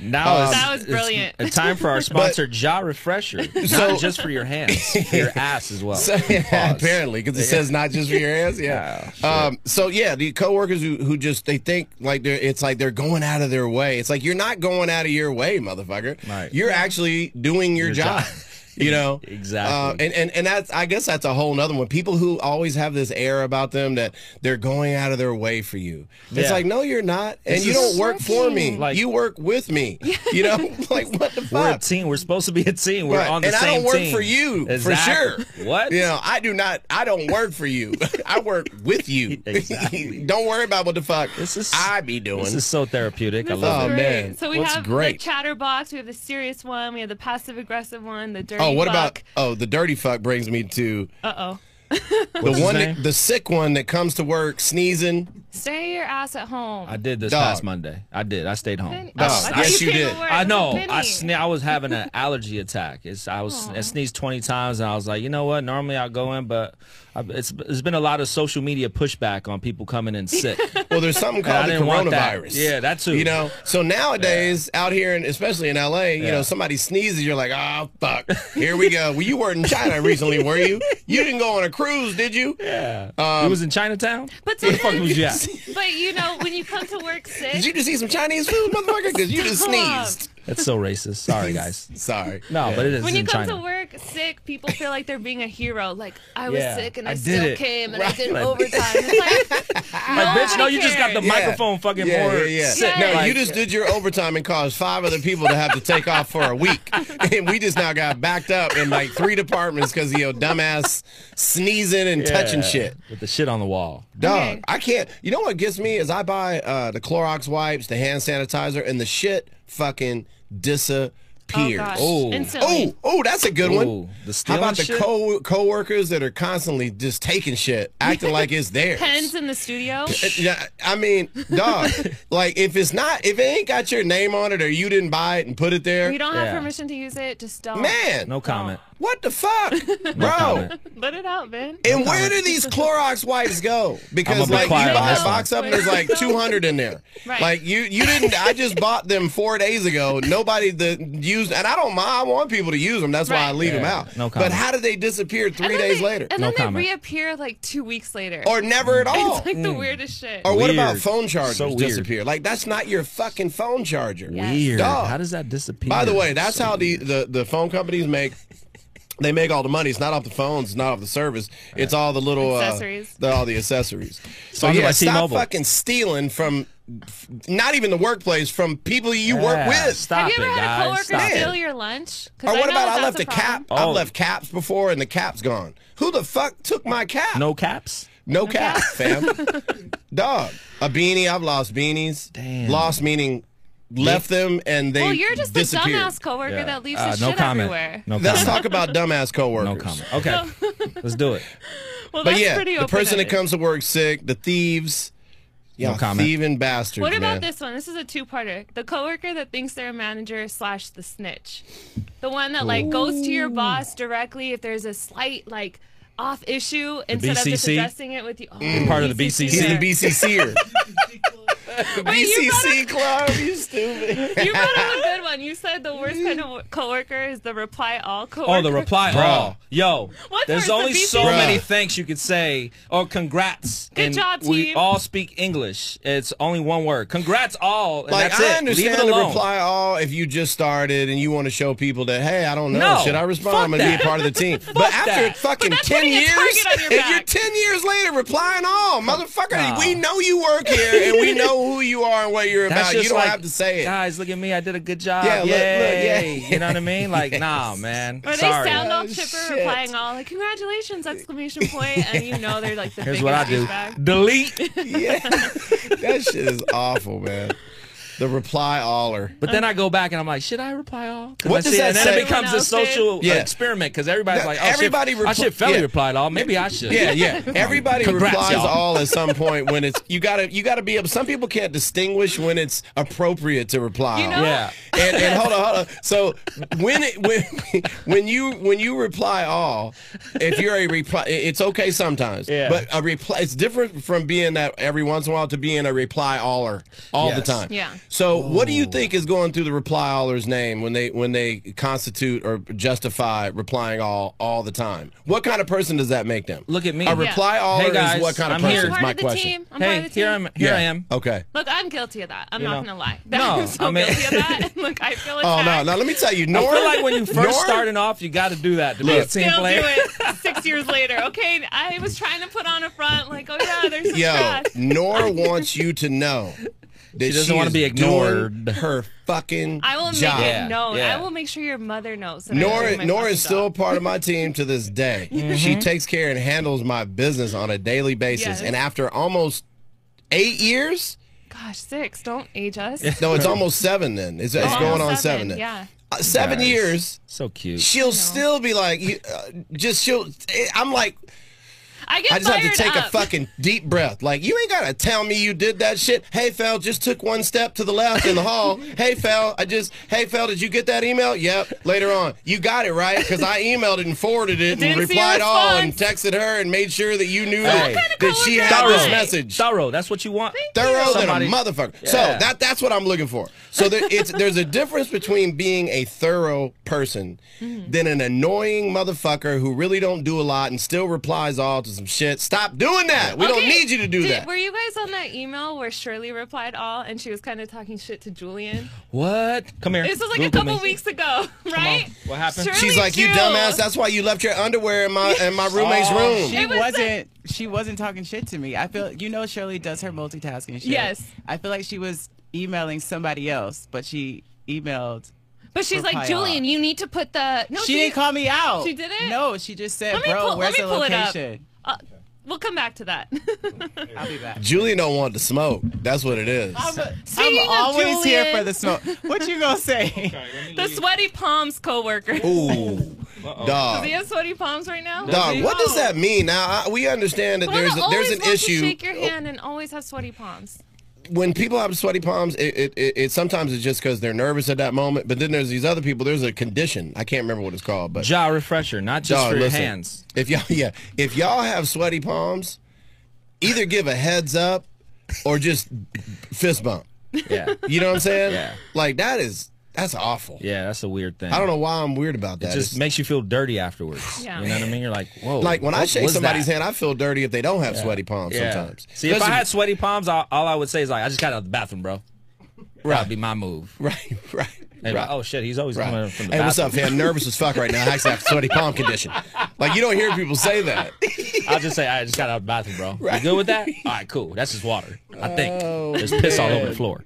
[SPEAKER 1] Now
[SPEAKER 2] Um,
[SPEAKER 1] it's,
[SPEAKER 3] That was
[SPEAKER 1] it's
[SPEAKER 3] brilliant.
[SPEAKER 1] a time
[SPEAKER 2] *laughs*
[SPEAKER 1] for our sponsor, Jaw Refresher.
[SPEAKER 2] So-
[SPEAKER 1] Not just for your
[SPEAKER 2] *laughs*
[SPEAKER 1] hands, for your ass as well.
[SPEAKER 2] So, *laughs* yeah, apparently, because it says not just for your hands.
[SPEAKER 1] *laughs*
[SPEAKER 2] Yeah.
[SPEAKER 1] Oh,
[SPEAKER 2] um, so yeah, the coworkers who, who just they think like they're it's like they're going out of their way. It's like you're not going out of your way, motherfucker.
[SPEAKER 1] Right.
[SPEAKER 2] You're actually doing your, job.
[SPEAKER 1] job.
[SPEAKER 2] *laughs* You know
[SPEAKER 1] *laughs* Exactly.
[SPEAKER 2] Uh, and and and that's I guess that's a whole nother one. People who always have this air about them that they're going out of their way for you. It's
[SPEAKER 1] Yeah.
[SPEAKER 2] like no, you're not, and
[SPEAKER 1] This
[SPEAKER 2] you
[SPEAKER 1] is
[SPEAKER 2] don't work for me.
[SPEAKER 1] working. Like-
[SPEAKER 2] you work
[SPEAKER 1] *laughs*
[SPEAKER 2] with me. You know, *laughs* like what the fuck?
[SPEAKER 1] We're a team. We're supposed to be a team. We're
[SPEAKER 2] Right.
[SPEAKER 1] on the
[SPEAKER 2] And I
[SPEAKER 1] same
[SPEAKER 2] don't work
[SPEAKER 1] team.
[SPEAKER 2] for you, for
[SPEAKER 1] Exactly.
[SPEAKER 2] sure.
[SPEAKER 1] What?
[SPEAKER 2] You know, I do not. I don't work
[SPEAKER 1] *laughs*
[SPEAKER 2] for you. I work with you.
[SPEAKER 1] Exactly.
[SPEAKER 2] *laughs* don't worry about what the fuck
[SPEAKER 1] This is-
[SPEAKER 2] I be doing.
[SPEAKER 1] This is so therapeutic. I
[SPEAKER 3] This
[SPEAKER 1] love
[SPEAKER 2] Oh,
[SPEAKER 3] is
[SPEAKER 1] it.
[SPEAKER 3] great.
[SPEAKER 2] man.
[SPEAKER 3] So we
[SPEAKER 2] What's
[SPEAKER 3] have
[SPEAKER 2] great?
[SPEAKER 3] the chatterbox, we have the serious one, we have the passive aggressive one, the dirty
[SPEAKER 2] oh, what
[SPEAKER 3] fuck.
[SPEAKER 2] about? Oh, the dirty fuck brings me to
[SPEAKER 3] Uh oh.
[SPEAKER 1] What's
[SPEAKER 2] the
[SPEAKER 1] his
[SPEAKER 2] one,
[SPEAKER 1] name?
[SPEAKER 2] that, the sick one that comes to work sneezing.
[SPEAKER 3] Stay your ass at home.
[SPEAKER 1] I did this
[SPEAKER 2] Dog.
[SPEAKER 1] past Monday. I did. I stayed home.
[SPEAKER 3] Vinny-
[SPEAKER 1] I,
[SPEAKER 2] Dog.
[SPEAKER 1] s-
[SPEAKER 3] thought
[SPEAKER 1] I
[SPEAKER 2] Yes,
[SPEAKER 1] s-
[SPEAKER 2] you
[SPEAKER 3] came
[SPEAKER 2] did.
[SPEAKER 3] over
[SPEAKER 1] I
[SPEAKER 3] with
[SPEAKER 1] know.
[SPEAKER 3] Vinny.
[SPEAKER 1] I sne- I was having
[SPEAKER 3] *laughs*
[SPEAKER 1] an allergy attack. It's I was I sneezed twenty times, and I was like, you know what? Normally I go in, but I, it's it's been a lot of social media pushback on people coming in
[SPEAKER 2] *laughs*
[SPEAKER 1] sick.
[SPEAKER 2] Well,
[SPEAKER 1] *laughs*
[SPEAKER 2] there's something called the
[SPEAKER 1] didn't want that.
[SPEAKER 2] coronavirus.
[SPEAKER 1] Yeah, that too.
[SPEAKER 2] You know, so nowadays out here, and especially in LA, you know,
[SPEAKER 1] Yeah.
[SPEAKER 2] somebody sneezes, you're like, oh fuck, here we go. Well, you were in China recently, were you? You didn't go on a cruise, did you?
[SPEAKER 1] Yeah.
[SPEAKER 2] Um,
[SPEAKER 1] it was in Chinatown.
[SPEAKER 3] But
[SPEAKER 1] Where the fuck
[SPEAKER 2] *laughs*
[SPEAKER 3] sometimes,
[SPEAKER 1] was you at?
[SPEAKER 3] *laughs* but you know, when you come to
[SPEAKER 1] *laughs*
[SPEAKER 3] work
[SPEAKER 2] Did
[SPEAKER 3] sick,
[SPEAKER 2] you just eat some Chinese food, motherfucker? Because you just
[SPEAKER 3] Stop.
[SPEAKER 2] sneezed.
[SPEAKER 1] That's so racist. Sorry, guys.
[SPEAKER 2] Sorry.
[SPEAKER 1] No, but it is
[SPEAKER 3] when
[SPEAKER 1] in
[SPEAKER 3] you come
[SPEAKER 1] China.
[SPEAKER 3] to work sick, people feel like they're being a hero. Like I was
[SPEAKER 1] Yeah,
[SPEAKER 3] sick and
[SPEAKER 1] I
[SPEAKER 3] I,
[SPEAKER 1] did
[SPEAKER 3] still
[SPEAKER 1] it.
[SPEAKER 3] came and I
[SPEAKER 1] Right.
[SPEAKER 3] did
[SPEAKER 1] Like- *laughs*
[SPEAKER 3] overtime. It's like,
[SPEAKER 1] Like, bitch, no,
[SPEAKER 3] nobody
[SPEAKER 1] you just got the
[SPEAKER 3] cares.
[SPEAKER 2] Yeah.
[SPEAKER 1] microphone fucking
[SPEAKER 2] Yeah,
[SPEAKER 1] board.
[SPEAKER 2] yeah, yeah.
[SPEAKER 1] sick.
[SPEAKER 3] No,
[SPEAKER 2] No,
[SPEAKER 1] Like,
[SPEAKER 2] you just did your overtime and caused five other people to have to take off for a
[SPEAKER 1] *laughs*
[SPEAKER 2] week. And we just now got backed up in like three departments because of your dumbass sneezing and touching
[SPEAKER 1] Yeah.
[SPEAKER 2] shit.
[SPEAKER 1] with the shit on the wall.
[SPEAKER 2] Dog,
[SPEAKER 3] Okay.
[SPEAKER 2] I can't. You know what gets me is I buy uh, the Clorox wipes, the hand sanitizer, and the shit fucking disappears. peers.
[SPEAKER 3] Oh, gosh.
[SPEAKER 1] Oh.
[SPEAKER 2] Oh,
[SPEAKER 3] Instantly.
[SPEAKER 2] oh, that's a good one.
[SPEAKER 1] Ooh, the
[SPEAKER 2] How
[SPEAKER 1] stealing
[SPEAKER 2] about the
[SPEAKER 1] shit?
[SPEAKER 2] co coworkers that are constantly just taking shit, acting like
[SPEAKER 3] *laughs*
[SPEAKER 2] it's theirs?
[SPEAKER 3] Pens in
[SPEAKER 1] *laughs*
[SPEAKER 3] the studio.
[SPEAKER 2] Uh, yeah, I mean, dog.
[SPEAKER 3] *laughs*
[SPEAKER 2] like if it's not, if it ain't got your name on it, or you didn't buy it and put it there,
[SPEAKER 3] You don't have
[SPEAKER 1] Yeah.
[SPEAKER 3] permission to use it. Just don't.
[SPEAKER 2] man,
[SPEAKER 1] No comment.
[SPEAKER 2] what the
[SPEAKER 3] *laughs*
[SPEAKER 2] fuck, bro?
[SPEAKER 1] comment.
[SPEAKER 3] Let it out, man.
[SPEAKER 2] And where do these Clorox wipes go?
[SPEAKER 1] I'ma
[SPEAKER 2] Because
[SPEAKER 1] be
[SPEAKER 2] like you
[SPEAKER 1] quiet on
[SPEAKER 2] buy a
[SPEAKER 1] this one.
[SPEAKER 2] box up and there's
[SPEAKER 3] *laughs*
[SPEAKER 2] like 200 in there.
[SPEAKER 3] Right.
[SPEAKER 2] Like you you didn't. I just bought them four days ago. Nobody that used and I don't mind. I want people to use them. That's why I
[SPEAKER 3] Right.
[SPEAKER 2] leave them
[SPEAKER 1] Yeah,
[SPEAKER 2] out.
[SPEAKER 1] no
[SPEAKER 2] but
[SPEAKER 1] comment.
[SPEAKER 2] how did they disappear three
[SPEAKER 3] And then
[SPEAKER 2] days
[SPEAKER 3] they-
[SPEAKER 2] later
[SPEAKER 3] And
[SPEAKER 1] No
[SPEAKER 3] then they
[SPEAKER 1] comment.
[SPEAKER 3] reappear like two weeks later.
[SPEAKER 2] or never at all?
[SPEAKER 3] *laughs* it's like the weirdest shit.
[SPEAKER 2] or what about
[SPEAKER 1] Weird.
[SPEAKER 2] phone chargers
[SPEAKER 1] So weird.
[SPEAKER 2] disappear? Like that's not your fucking phone charger.
[SPEAKER 3] Yes.
[SPEAKER 1] Weird.
[SPEAKER 2] Dog.
[SPEAKER 1] How does that disappear?
[SPEAKER 2] By the way, that's how the, the, the phone companies make. They make all the money. It's not off the phones. It's not off the service. It's all the little uh,
[SPEAKER 3] Accessories.
[SPEAKER 2] the, all the accessories.
[SPEAKER 1] *laughs*
[SPEAKER 2] So
[SPEAKER 1] Sponsored
[SPEAKER 2] yeah,
[SPEAKER 1] by
[SPEAKER 2] stop
[SPEAKER 1] T-Mobile.
[SPEAKER 2] fucking stealing from, f- not even the workplace, from people you work
[SPEAKER 1] Yeah,
[SPEAKER 2] with.
[SPEAKER 1] Stop
[SPEAKER 3] have you ever
[SPEAKER 1] it,
[SPEAKER 3] had a
[SPEAKER 1] guys.
[SPEAKER 3] coworker
[SPEAKER 1] Stop
[SPEAKER 2] it.
[SPEAKER 3] steal your lunch? 'Cause
[SPEAKER 2] Or what about
[SPEAKER 3] know that
[SPEAKER 2] I
[SPEAKER 3] that's
[SPEAKER 2] left a cap?
[SPEAKER 3] problem.
[SPEAKER 2] I've
[SPEAKER 1] Oh.
[SPEAKER 2] left caps before, and the cap's gone. Who the fuck took my cap?
[SPEAKER 1] No caps.
[SPEAKER 2] No cap, fam.
[SPEAKER 3] *laughs*
[SPEAKER 2] Dog, a beanie. I've lost beanies.
[SPEAKER 1] Damn.
[SPEAKER 2] Lost meaning, left them and they.
[SPEAKER 3] Well, you're just the
[SPEAKER 2] disappeared.
[SPEAKER 3] dumbass coworker
[SPEAKER 1] Yeah.
[SPEAKER 3] that leaves
[SPEAKER 1] Uh,
[SPEAKER 3] his
[SPEAKER 1] no
[SPEAKER 3] shit
[SPEAKER 1] comment.
[SPEAKER 3] everywhere.
[SPEAKER 1] No
[SPEAKER 2] *laughs* Let's
[SPEAKER 1] comment.
[SPEAKER 2] talk about dumbass coworkers.
[SPEAKER 1] No comment. Okay,
[SPEAKER 3] *laughs*
[SPEAKER 1] let's do it.
[SPEAKER 3] Well,
[SPEAKER 2] But
[SPEAKER 3] that's
[SPEAKER 2] yeah,
[SPEAKER 3] pretty
[SPEAKER 2] the person that
[SPEAKER 3] open-ended.
[SPEAKER 2] comes to work sick, the thieves, y'all
[SPEAKER 1] No comment.
[SPEAKER 2] thieving bastards.
[SPEAKER 3] What
[SPEAKER 2] man.
[SPEAKER 3] about this one? This is a two-parter. The coworker that thinks they're a manager slash the snitch, the one that like goes to your boss directly if there's a slight like off issue instead of just
[SPEAKER 1] BCC?
[SPEAKER 3] addressing it with you. Oh,
[SPEAKER 1] Part of the
[SPEAKER 2] He's
[SPEAKER 1] BCC.
[SPEAKER 2] the
[SPEAKER 3] *laughs*
[SPEAKER 2] BCCer. BCC club. You stupid.
[SPEAKER 3] You brought up a good one. You said the worst kind of coworker is the reply all coworker.
[SPEAKER 1] Oh, the reply
[SPEAKER 2] Bruh.
[SPEAKER 1] all. Yo,
[SPEAKER 3] What
[SPEAKER 1] there's
[SPEAKER 3] person
[SPEAKER 1] only
[SPEAKER 3] beats
[SPEAKER 1] so
[SPEAKER 3] you?
[SPEAKER 1] many
[SPEAKER 2] Bruh.
[SPEAKER 1] thanks you could say or congrats.
[SPEAKER 3] Good
[SPEAKER 1] and
[SPEAKER 3] job,
[SPEAKER 1] We
[SPEAKER 3] team.
[SPEAKER 1] all speak English. It's only one word. Congrats all. And
[SPEAKER 2] Like
[SPEAKER 1] that's
[SPEAKER 2] I
[SPEAKER 1] it. Leave
[SPEAKER 2] understand
[SPEAKER 1] it
[SPEAKER 2] the
[SPEAKER 1] alone.
[SPEAKER 2] reply all if you just started and you want to show people that hey I don't know
[SPEAKER 1] No.
[SPEAKER 2] should I respond I'm
[SPEAKER 1] Fuck
[SPEAKER 2] gonna be a
[SPEAKER 1] that.
[SPEAKER 2] part of the
[SPEAKER 1] *laughs*
[SPEAKER 2] team but after
[SPEAKER 1] that.
[SPEAKER 2] fucking
[SPEAKER 3] But that's
[SPEAKER 2] ten
[SPEAKER 3] putting a
[SPEAKER 2] years
[SPEAKER 3] target on your
[SPEAKER 2] if
[SPEAKER 3] back.
[SPEAKER 2] you're ten years later replying all motherfucker
[SPEAKER 1] Nah.
[SPEAKER 2] we know you work here and we know who you are and what you're
[SPEAKER 1] That's
[SPEAKER 2] about
[SPEAKER 1] just
[SPEAKER 2] you don't
[SPEAKER 1] like,
[SPEAKER 2] have to say it
[SPEAKER 1] Guys, look at me. I did a good job.
[SPEAKER 2] Yeah, look- look, yeah.
[SPEAKER 1] Yay. You know what I mean?
[SPEAKER 2] *laughs*
[SPEAKER 1] Like, nah, man.
[SPEAKER 3] Or they
[SPEAKER 1] Sorry.
[SPEAKER 3] sound all
[SPEAKER 2] Oh,
[SPEAKER 3] chipper,
[SPEAKER 2] shit.
[SPEAKER 3] replying all like "Congratulations!" exclamation point, and you know they're like the
[SPEAKER 1] Here's
[SPEAKER 3] biggest
[SPEAKER 1] what I do.
[SPEAKER 3] douchebag.
[SPEAKER 1] Delete.
[SPEAKER 2] *laughs* yeah that shit is awful man the reply aller
[SPEAKER 1] But then I go back and I'm like, should I reply all? 'Cause
[SPEAKER 2] What
[SPEAKER 1] I
[SPEAKER 2] does
[SPEAKER 1] see-
[SPEAKER 2] that
[SPEAKER 1] and then
[SPEAKER 2] say?
[SPEAKER 1] it becomes
[SPEAKER 3] Everyone
[SPEAKER 1] a
[SPEAKER 3] else did.
[SPEAKER 1] social
[SPEAKER 2] Yeah.
[SPEAKER 1] experiment because everybody's
[SPEAKER 2] No,
[SPEAKER 1] like, oh, shit,
[SPEAKER 2] everybody
[SPEAKER 1] I
[SPEAKER 2] repli-
[SPEAKER 1] should fairly
[SPEAKER 2] yeah.
[SPEAKER 1] replied all. Maybe I should.
[SPEAKER 2] Yeah, yeah. Everybody
[SPEAKER 1] Congrats,
[SPEAKER 2] replies
[SPEAKER 1] y'all.
[SPEAKER 2] all at some point when it's you gotta you gotta be able some people can't distinguish when it's appropriate to reply.
[SPEAKER 3] You
[SPEAKER 2] all.
[SPEAKER 3] know?
[SPEAKER 1] Yeah.
[SPEAKER 2] And, and hold on, hold on. So when it, when when you when you reply all, if you're a reply, it's okay sometimes.
[SPEAKER 1] Yeah.
[SPEAKER 2] But a reply, it's different from being that every once in a while to being a reply aller all the
[SPEAKER 1] Yes.
[SPEAKER 2] time.
[SPEAKER 3] Yeah.
[SPEAKER 2] So what do you think is going through the reply aller's name when they when they constitute or justify replying all all the time? What kind of person does that make them?
[SPEAKER 1] Look at me.
[SPEAKER 2] A reply aller
[SPEAKER 1] Hey, guys,
[SPEAKER 2] is what kind of
[SPEAKER 1] I'm
[SPEAKER 2] person?
[SPEAKER 1] here.
[SPEAKER 2] Is
[SPEAKER 3] I'm part
[SPEAKER 2] my
[SPEAKER 3] of the
[SPEAKER 2] question.
[SPEAKER 3] team. I'm part
[SPEAKER 1] Hey,
[SPEAKER 3] of the team.
[SPEAKER 1] here, I'm, here
[SPEAKER 2] Yeah.
[SPEAKER 1] I am.
[SPEAKER 2] Okay.
[SPEAKER 3] Look, I'm guilty of that. I'm
[SPEAKER 1] You
[SPEAKER 3] not
[SPEAKER 1] know.
[SPEAKER 3] gonna lie. *laughs* That
[SPEAKER 1] No,
[SPEAKER 3] I'm so
[SPEAKER 1] I mean-
[SPEAKER 3] guilty
[SPEAKER 2] *laughs*
[SPEAKER 3] of that. Look, I feel attacked.
[SPEAKER 2] Oh no! Now let me tell you,
[SPEAKER 1] I
[SPEAKER 2] Norm.
[SPEAKER 1] feel like when
[SPEAKER 2] *laughs*
[SPEAKER 1] you first
[SPEAKER 2] Norm-
[SPEAKER 1] starting off, you got to do that to
[SPEAKER 2] Look.
[SPEAKER 1] be a team
[SPEAKER 3] Still do
[SPEAKER 1] player.
[SPEAKER 2] *laughs*
[SPEAKER 3] it six years later. Okay, I was trying to put on a front, like, oh yeah, there's some
[SPEAKER 2] Yo,
[SPEAKER 3] trash.
[SPEAKER 2] Nora wants you to know that she
[SPEAKER 1] doesn't
[SPEAKER 2] want
[SPEAKER 1] wanna
[SPEAKER 2] to
[SPEAKER 1] be ignored.
[SPEAKER 2] Her fucking
[SPEAKER 3] I will make
[SPEAKER 2] job.
[SPEAKER 3] it known.
[SPEAKER 1] Yeah.
[SPEAKER 3] I will make sure your mother knows. that I'm doing
[SPEAKER 2] Nora,
[SPEAKER 3] my
[SPEAKER 2] Nora
[SPEAKER 3] fucking
[SPEAKER 2] is still
[SPEAKER 3] job. Mm-hmm.
[SPEAKER 2] part of my team to this
[SPEAKER 3] *laughs*
[SPEAKER 2] day. She takes care and handles my business on a daily basis.
[SPEAKER 3] Yes.
[SPEAKER 2] And after almost eight years,
[SPEAKER 3] Gosh, six. Don't age us.
[SPEAKER 1] *laughs*
[SPEAKER 2] no, *laughs* it's almost seven. Then it's, it's
[SPEAKER 3] Almost
[SPEAKER 2] going on seven. then.
[SPEAKER 3] Yeah.
[SPEAKER 2] Uh, seven
[SPEAKER 1] Guys.
[SPEAKER 2] years,
[SPEAKER 1] So cute.
[SPEAKER 2] she'll still be like, you- uh, just she'll. eh, I'm like,
[SPEAKER 3] I get
[SPEAKER 2] I just have to
[SPEAKER 3] fired
[SPEAKER 2] take
[SPEAKER 3] up.
[SPEAKER 2] a fucking deep breath. Like, you ain't got to tell me you did that shit. Hey, Fel, just took one step to the left in the
[SPEAKER 3] *laughs*
[SPEAKER 2] hall. hey, Fel, I just, hey, Fel, did you get that email? Yep, later on. You got it, right? Because I emailed it and forwarded it and
[SPEAKER 3] Didn't see a
[SPEAKER 2] replied all and
[SPEAKER 3] response.
[SPEAKER 2] texted her and made sure that you knew
[SPEAKER 1] Hey.
[SPEAKER 2] that, that she
[SPEAKER 3] What
[SPEAKER 2] had
[SPEAKER 3] kind of
[SPEAKER 2] this
[SPEAKER 3] coworker is
[SPEAKER 2] message.
[SPEAKER 1] Thorough. That's what you want.
[SPEAKER 2] Thorough than a
[SPEAKER 1] Somebody-
[SPEAKER 2] motherfucker. So
[SPEAKER 1] Yeah.
[SPEAKER 2] that that's what I'm looking for. So there, it's there's a difference between being a thorough person
[SPEAKER 3] Mm-hmm.
[SPEAKER 2] than an annoying motherfucker who really don't do a lot and still replies all to some shit. Stop doing that. We don't
[SPEAKER 3] Okay,
[SPEAKER 2] need you to do
[SPEAKER 3] did-
[SPEAKER 2] that.
[SPEAKER 3] Were you guys on that email where Shirley replied all and she was kind of talking shit to Julian?
[SPEAKER 1] What? Come here.
[SPEAKER 3] This was like
[SPEAKER 1] Google
[SPEAKER 3] a couple
[SPEAKER 1] me.
[SPEAKER 3] weeks ago, *laughs* right?
[SPEAKER 1] What happened?
[SPEAKER 3] Shirley
[SPEAKER 2] She's like, you
[SPEAKER 3] Jew.
[SPEAKER 2] dumbass. That's why you left your underwear in my
[SPEAKER 3] *laughs*
[SPEAKER 2] in my roommate's
[SPEAKER 1] Oh,
[SPEAKER 2] room.
[SPEAKER 4] She
[SPEAKER 3] It was
[SPEAKER 4] wasn't. She wasn't talking shit to me. I feel you know Shirley does her multitasking. Shit.
[SPEAKER 3] Yes.
[SPEAKER 4] I feel like she was emailing somebody else, but she emailed.
[SPEAKER 3] But she's like,
[SPEAKER 4] Reply
[SPEAKER 3] Julian,
[SPEAKER 4] all.
[SPEAKER 3] you need to put the. No,
[SPEAKER 4] she didn't call me out.
[SPEAKER 3] she didn't?
[SPEAKER 4] No, she just said,
[SPEAKER 3] Let me
[SPEAKER 4] "Bro,
[SPEAKER 3] pull- let
[SPEAKER 4] where's
[SPEAKER 3] me
[SPEAKER 4] the
[SPEAKER 3] pull it up."
[SPEAKER 4] location?"
[SPEAKER 3] Uh, We'll come back to that. *laughs*
[SPEAKER 4] I'll be back.
[SPEAKER 2] Julian don't want to smoke. That's what it is.
[SPEAKER 4] I'm, a-
[SPEAKER 3] Speaking
[SPEAKER 4] I'm
[SPEAKER 3] of
[SPEAKER 4] always here for
[SPEAKER 3] Julian.
[SPEAKER 4] the smoke. What you
[SPEAKER 3] *laughs*
[SPEAKER 4] gonna say?
[SPEAKER 3] the sweaty palms coworker. *laughs* Do
[SPEAKER 2] Ooh, dog.
[SPEAKER 3] you have sweaty palms right now?
[SPEAKER 2] Dog, what does that mean? Now I, we understand that
[SPEAKER 3] Kona
[SPEAKER 2] there's a,
[SPEAKER 3] always
[SPEAKER 2] there's an
[SPEAKER 3] wants
[SPEAKER 2] issue. Oh.
[SPEAKER 3] To shake your hand and always have sweaty palms.
[SPEAKER 2] when people have sweaty palms, it, it, it, it sometimes it's just because they're nervous at that moment. But then there's these other people. There's a condition. I can't remember what it's called, but
[SPEAKER 1] Jaw refresher, not just
[SPEAKER 2] Dog,
[SPEAKER 1] for your
[SPEAKER 2] listen.
[SPEAKER 1] hands.
[SPEAKER 2] If y'all, *laughs* yeah, if y'all have sweaty palms, either give a heads up or just fist bump. *laughs*
[SPEAKER 1] Yeah,
[SPEAKER 2] You know what I'm saying?
[SPEAKER 1] Yeah.
[SPEAKER 2] Like that is that's awful.
[SPEAKER 1] yeah, that's a weird thing.
[SPEAKER 2] I don't know why I'm weird about that.
[SPEAKER 1] It just
[SPEAKER 2] It's-
[SPEAKER 1] makes you feel dirty
[SPEAKER 2] *sighs*
[SPEAKER 1] afterwards.
[SPEAKER 3] Yeah.
[SPEAKER 1] You know what I mean? You're like, whoa.
[SPEAKER 2] like when I
[SPEAKER 1] what
[SPEAKER 2] shake
[SPEAKER 1] was
[SPEAKER 2] somebody's
[SPEAKER 1] that?
[SPEAKER 2] hand, I feel dirty if they don't have sweaty palms
[SPEAKER 1] Yeah.
[SPEAKER 2] sometimes.
[SPEAKER 1] See, if I
[SPEAKER 2] Especially-
[SPEAKER 1] had sweaty palms, all, all I would say is like, I just got out of the bathroom, bro. That'd be my move.
[SPEAKER 2] *laughs* right, right,
[SPEAKER 1] And
[SPEAKER 2] right.
[SPEAKER 1] oh shit, he's always coming
[SPEAKER 2] Right.
[SPEAKER 1] from the
[SPEAKER 2] Hey, what's
[SPEAKER 1] bathroom.
[SPEAKER 2] up, fam? Nervous as fuck right now. I actually have a sweaty palm condition. Like you don't hear people say that.
[SPEAKER 1] I'll just say I just got out of the bathroom, bro.
[SPEAKER 2] Right.
[SPEAKER 1] You good with that? All right, cool. That's just water. I think.
[SPEAKER 3] Oh,
[SPEAKER 1] There's piss all over the floor.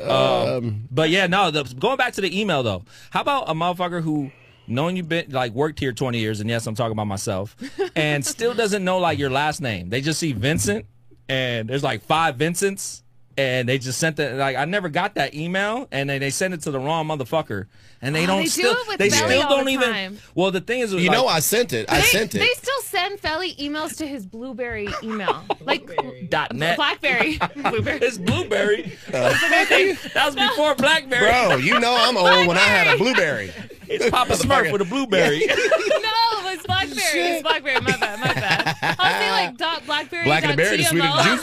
[SPEAKER 1] Um, but yeah, no. The, going back to the email though, how about a motherfucker who knowing you've been like worked here 20 years, and yes, I'm talking about myself,
[SPEAKER 3] *laughs*
[SPEAKER 1] and still doesn't know like your last name. They just see Vincent, and there's like five Vincents. And they just sent that like I never got that email, and then they sent it to the wrong motherfucker, and they don't
[SPEAKER 3] Ah, they do
[SPEAKER 1] still
[SPEAKER 3] it with
[SPEAKER 1] they
[SPEAKER 3] Melly
[SPEAKER 1] still
[SPEAKER 3] all
[SPEAKER 1] don't
[SPEAKER 3] the
[SPEAKER 1] even.
[SPEAKER 3] time.
[SPEAKER 1] Well, the thing is,
[SPEAKER 2] You know I sent it. I
[SPEAKER 3] They,
[SPEAKER 2] sent it.
[SPEAKER 3] they still send Felly emails to his blueberry
[SPEAKER 4] *laughs*
[SPEAKER 3] email, like
[SPEAKER 1] dot net.
[SPEAKER 2] *laughs*
[SPEAKER 3] BlackBerry. blueberry.
[SPEAKER 1] It's *laughs* blueberry. that was before blackberry.
[SPEAKER 2] Bro, you know I'm old when I had a blueberry.
[SPEAKER 1] It's Papa Smurf with a blueberry.
[SPEAKER 2] *laughs*
[SPEAKER 3] No, it was BlackBerry. It's BlackBerry. My bad. My bad. I'll say like dot BlackBerry.
[SPEAKER 2] Black and
[SPEAKER 3] dot
[SPEAKER 2] the berry, the
[SPEAKER 3] TMO.
[SPEAKER 2] sweet and the
[SPEAKER 3] I'm
[SPEAKER 2] juice.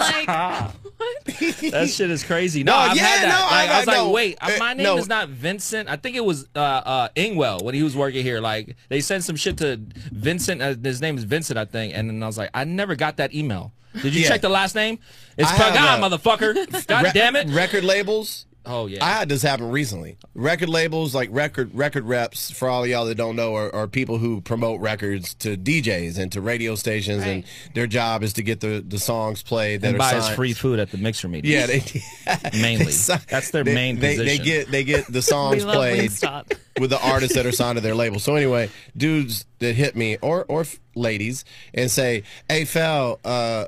[SPEAKER 3] like,
[SPEAKER 1] that shit is crazy. No,
[SPEAKER 2] No,
[SPEAKER 1] I've
[SPEAKER 2] yeah,
[SPEAKER 1] had that.
[SPEAKER 2] no,
[SPEAKER 1] like,
[SPEAKER 2] I-
[SPEAKER 1] I, was
[SPEAKER 2] I-
[SPEAKER 1] like,
[SPEAKER 2] no.
[SPEAKER 1] wait,
[SPEAKER 2] Uh,
[SPEAKER 1] my name
[SPEAKER 2] no.
[SPEAKER 1] is not Vincent. I think it was uh, uh, Ingwell when he was working here. Like they sent some shit to Vincent. Uh, his name is Vincent, I think. And then I was like, I never got that email. Did you
[SPEAKER 2] Yeah.
[SPEAKER 1] check the last name? It's
[SPEAKER 2] I have
[SPEAKER 1] Pagan,
[SPEAKER 2] that. *laughs*
[SPEAKER 1] motherfucker. God
[SPEAKER 2] Re-
[SPEAKER 1] damn it.
[SPEAKER 2] Record labels.
[SPEAKER 1] Oh yeah.
[SPEAKER 2] I had this happen recently. Record labels, like record record reps, for all y'all that don't know, are, are people who promote records to DJs and to radio stations, and their job is to get the, the songs played that
[SPEAKER 1] and
[SPEAKER 2] are
[SPEAKER 1] buys
[SPEAKER 2] signed.
[SPEAKER 1] free food at the mixer meeting. *laughs*
[SPEAKER 2] Yeah, they, *laughs*
[SPEAKER 1] mainly.
[SPEAKER 2] sign-
[SPEAKER 1] That's their
[SPEAKER 2] they-
[SPEAKER 1] main
[SPEAKER 2] they,
[SPEAKER 1] position.
[SPEAKER 2] They get they get the
[SPEAKER 3] *laughs* we
[SPEAKER 2] songs
[SPEAKER 3] love
[SPEAKER 2] played
[SPEAKER 3] Wingstop.
[SPEAKER 2] with the artists that are signed to their label. So anyway, dudes that hit me or or f- ladies and say, "Hey, Fel, uh,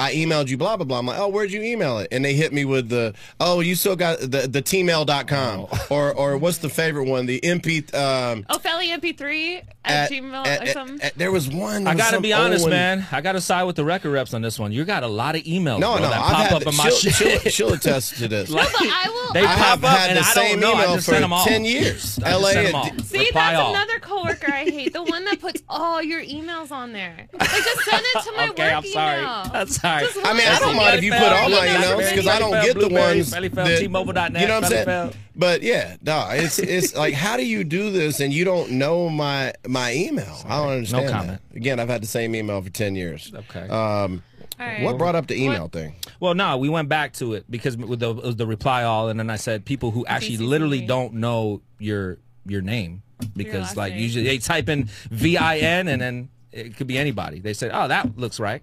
[SPEAKER 2] I emailed you blah blah blah." I'm like, "Oh, where'd you email it?" And they hit me with the, "Oh, you still got the the tmail.com
[SPEAKER 1] Oh.
[SPEAKER 2] *laughs* or or what's the favorite one? The mp um,
[SPEAKER 3] Oh, Felly MP3 at, Gmail
[SPEAKER 2] at-
[SPEAKER 3] or
[SPEAKER 2] at-
[SPEAKER 3] something.
[SPEAKER 2] at- there was one. there
[SPEAKER 1] I
[SPEAKER 2] was
[SPEAKER 1] gotta
[SPEAKER 2] some
[SPEAKER 1] be honest,
[SPEAKER 2] old one.
[SPEAKER 1] man. I gotta side with the record reps on this one. You got a lot of emails
[SPEAKER 2] No,
[SPEAKER 1] bro,
[SPEAKER 2] no,
[SPEAKER 1] that
[SPEAKER 2] I've
[SPEAKER 1] pop
[SPEAKER 2] had
[SPEAKER 1] up
[SPEAKER 2] the-
[SPEAKER 1] in my
[SPEAKER 2] she'll,
[SPEAKER 1] *laughs* shit.
[SPEAKER 2] She'll, she'll attest
[SPEAKER 1] *laughs*
[SPEAKER 2] to this.
[SPEAKER 3] no, but I will.
[SPEAKER 1] They
[SPEAKER 2] I
[SPEAKER 1] pop
[SPEAKER 2] have
[SPEAKER 1] up
[SPEAKER 2] had
[SPEAKER 1] and
[SPEAKER 2] the
[SPEAKER 1] I don't
[SPEAKER 2] same
[SPEAKER 1] know. I
[SPEAKER 2] email
[SPEAKER 1] just
[SPEAKER 2] for
[SPEAKER 1] sent them all.
[SPEAKER 2] 10 years.
[SPEAKER 1] I just
[SPEAKER 2] LA
[SPEAKER 1] sent them
[SPEAKER 2] at
[SPEAKER 1] all.
[SPEAKER 2] D-
[SPEAKER 3] See,
[SPEAKER 1] Reply
[SPEAKER 3] that's
[SPEAKER 1] all.
[SPEAKER 3] another coworker I hate. The one that puts all your emails on there. Like, just send it to my
[SPEAKER 1] okay,
[SPEAKER 3] work
[SPEAKER 1] I'm sorry.
[SPEAKER 3] email.
[SPEAKER 1] I'm sorry.
[SPEAKER 3] Just
[SPEAKER 2] I mean, I don't mind if you put all my
[SPEAKER 3] Blackberry,
[SPEAKER 2] emails because I don't
[SPEAKER 1] Blackberry,
[SPEAKER 2] get the
[SPEAKER 1] Blueberry,
[SPEAKER 2] ones
[SPEAKER 1] Belly
[SPEAKER 2] that,
[SPEAKER 1] Fell, T-Mobile.net,
[SPEAKER 2] you know what I'm
[SPEAKER 1] Belly
[SPEAKER 2] saying.
[SPEAKER 1] Fell.
[SPEAKER 2] But yeah, no,
[SPEAKER 1] *laughs*
[SPEAKER 2] it's it's like how do you do this and you don't know my my email? I don't understand. that.
[SPEAKER 1] comment.
[SPEAKER 2] Again, I've had the same email for ten years.
[SPEAKER 1] Okay.
[SPEAKER 2] Um,
[SPEAKER 3] All right.
[SPEAKER 2] what brought up the email thing?
[SPEAKER 1] Well, no, we went back to it because with the, with the reply all, and then I said people who actually
[SPEAKER 3] CCC.
[SPEAKER 1] literally don't know your your name because
[SPEAKER 3] last
[SPEAKER 1] like
[SPEAKER 3] name.
[SPEAKER 1] usually they type in V I N and then it could be anybody. They said, oh, that looks right,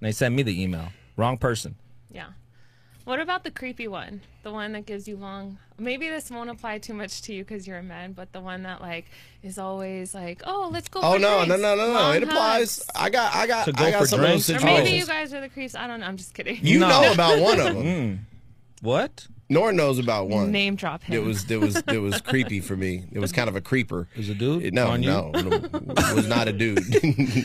[SPEAKER 1] and they sent me the email. Wrong person.
[SPEAKER 3] Yeah. What about the creepy one? The one that gives you long. Maybe this won't apply too much to you because you're a man, but the one that like is always like, "Oh, let's go."
[SPEAKER 2] Oh
[SPEAKER 3] for
[SPEAKER 2] no, no,
[SPEAKER 3] drinks."
[SPEAKER 2] no, no, no!
[SPEAKER 3] Long
[SPEAKER 2] It applies.
[SPEAKER 3] hugs.
[SPEAKER 2] I got, I got,
[SPEAKER 1] To go
[SPEAKER 2] I got
[SPEAKER 1] for
[SPEAKER 2] some of those
[SPEAKER 1] drinks?
[SPEAKER 3] Or maybe you
[SPEAKER 2] situations.
[SPEAKER 3] guys are the creeps. I don't know. I'm just kidding.
[SPEAKER 2] You
[SPEAKER 3] *laughs*
[SPEAKER 1] No. Mm.
[SPEAKER 2] know about
[SPEAKER 1] *laughs*
[SPEAKER 2] one of them.
[SPEAKER 1] What?
[SPEAKER 2] Nor knows about one.
[SPEAKER 3] name drop him.
[SPEAKER 2] It was it was it was creepy for me. It was kind of a creeper. It
[SPEAKER 1] was a dude?
[SPEAKER 2] No,
[SPEAKER 1] On you? *laughs*
[SPEAKER 2] no, no, it was not a dude. *laughs*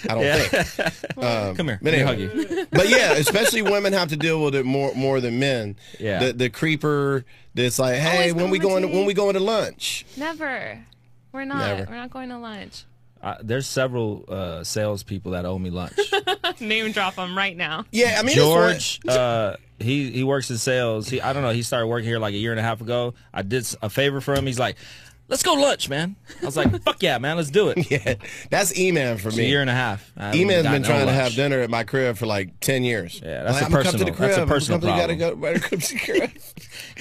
[SPEAKER 2] I don't think.
[SPEAKER 1] Come here.
[SPEAKER 2] Um,
[SPEAKER 1] Let
[SPEAKER 2] But
[SPEAKER 1] me hug
[SPEAKER 2] anyway.
[SPEAKER 1] you.
[SPEAKER 2] But yeah, especially women have to deal with it more more than men.
[SPEAKER 1] Yeah.
[SPEAKER 2] the, the creeper that's like, hey,
[SPEAKER 3] Always
[SPEAKER 2] when we going to,
[SPEAKER 3] commenting.
[SPEAKER 2] when we going to lunch?
[SPEAKER 3] Never. We're not.
[SPEAKER 2] Never.
[SPEAKER 3] We're not going to lunch.
[SPEAKER 1] I, there's several uh, salespeople that owe me
[SPEAKER 2] *laughs*
[SPEAKER 1] lunch.
[SPEAKER 3] *laughs* Name drop him right now.
[SPEAKER 2] Yeah, I mean it's one-
[SPEAKER 1] George, uh, he he works in sales. He I don't know. He started working here like a year and a half ago. I did s- a favor for him. He's like, "Let's go lunch, man." I was
[SPEAKER 2] *laughs*
[SPEAKER 1] like, "Fuck yeah, man, let's do it." It's
[SPEAKER 2] *laughs* yeah, that's E-Man for
[SPEAKER 1] a
[SPEAKER 2] me.
[SPEAKER 1] year and a half. I haven't
[SPEAKER 2] E-Man's
[SPEAKER 1] gotten
[SPEAKER 2] been
[SPEAKER 1] no
[SPEAKER 2] trying to
[SPEAKER 1] lunch.
[SPEAKER 2] have dinner at my crib for like ten years.
[SPEAKER 1] Yeah, that's
[SPEAKER 2] like,
[SPEAKER 1] a
[SPEAKER 2] "I'ma Come to
[SPEAKER 1] personal-
[SPEAKER 2] the crib.
[SPEAKER 1] that's a
[SPEAKER 2] I'ma
[SPEAKER 1] personal
[SPEAKER 2] come to-
[SPEAKER 1] problem.
[SPEAKER 2] You gotta go. Come to the crib.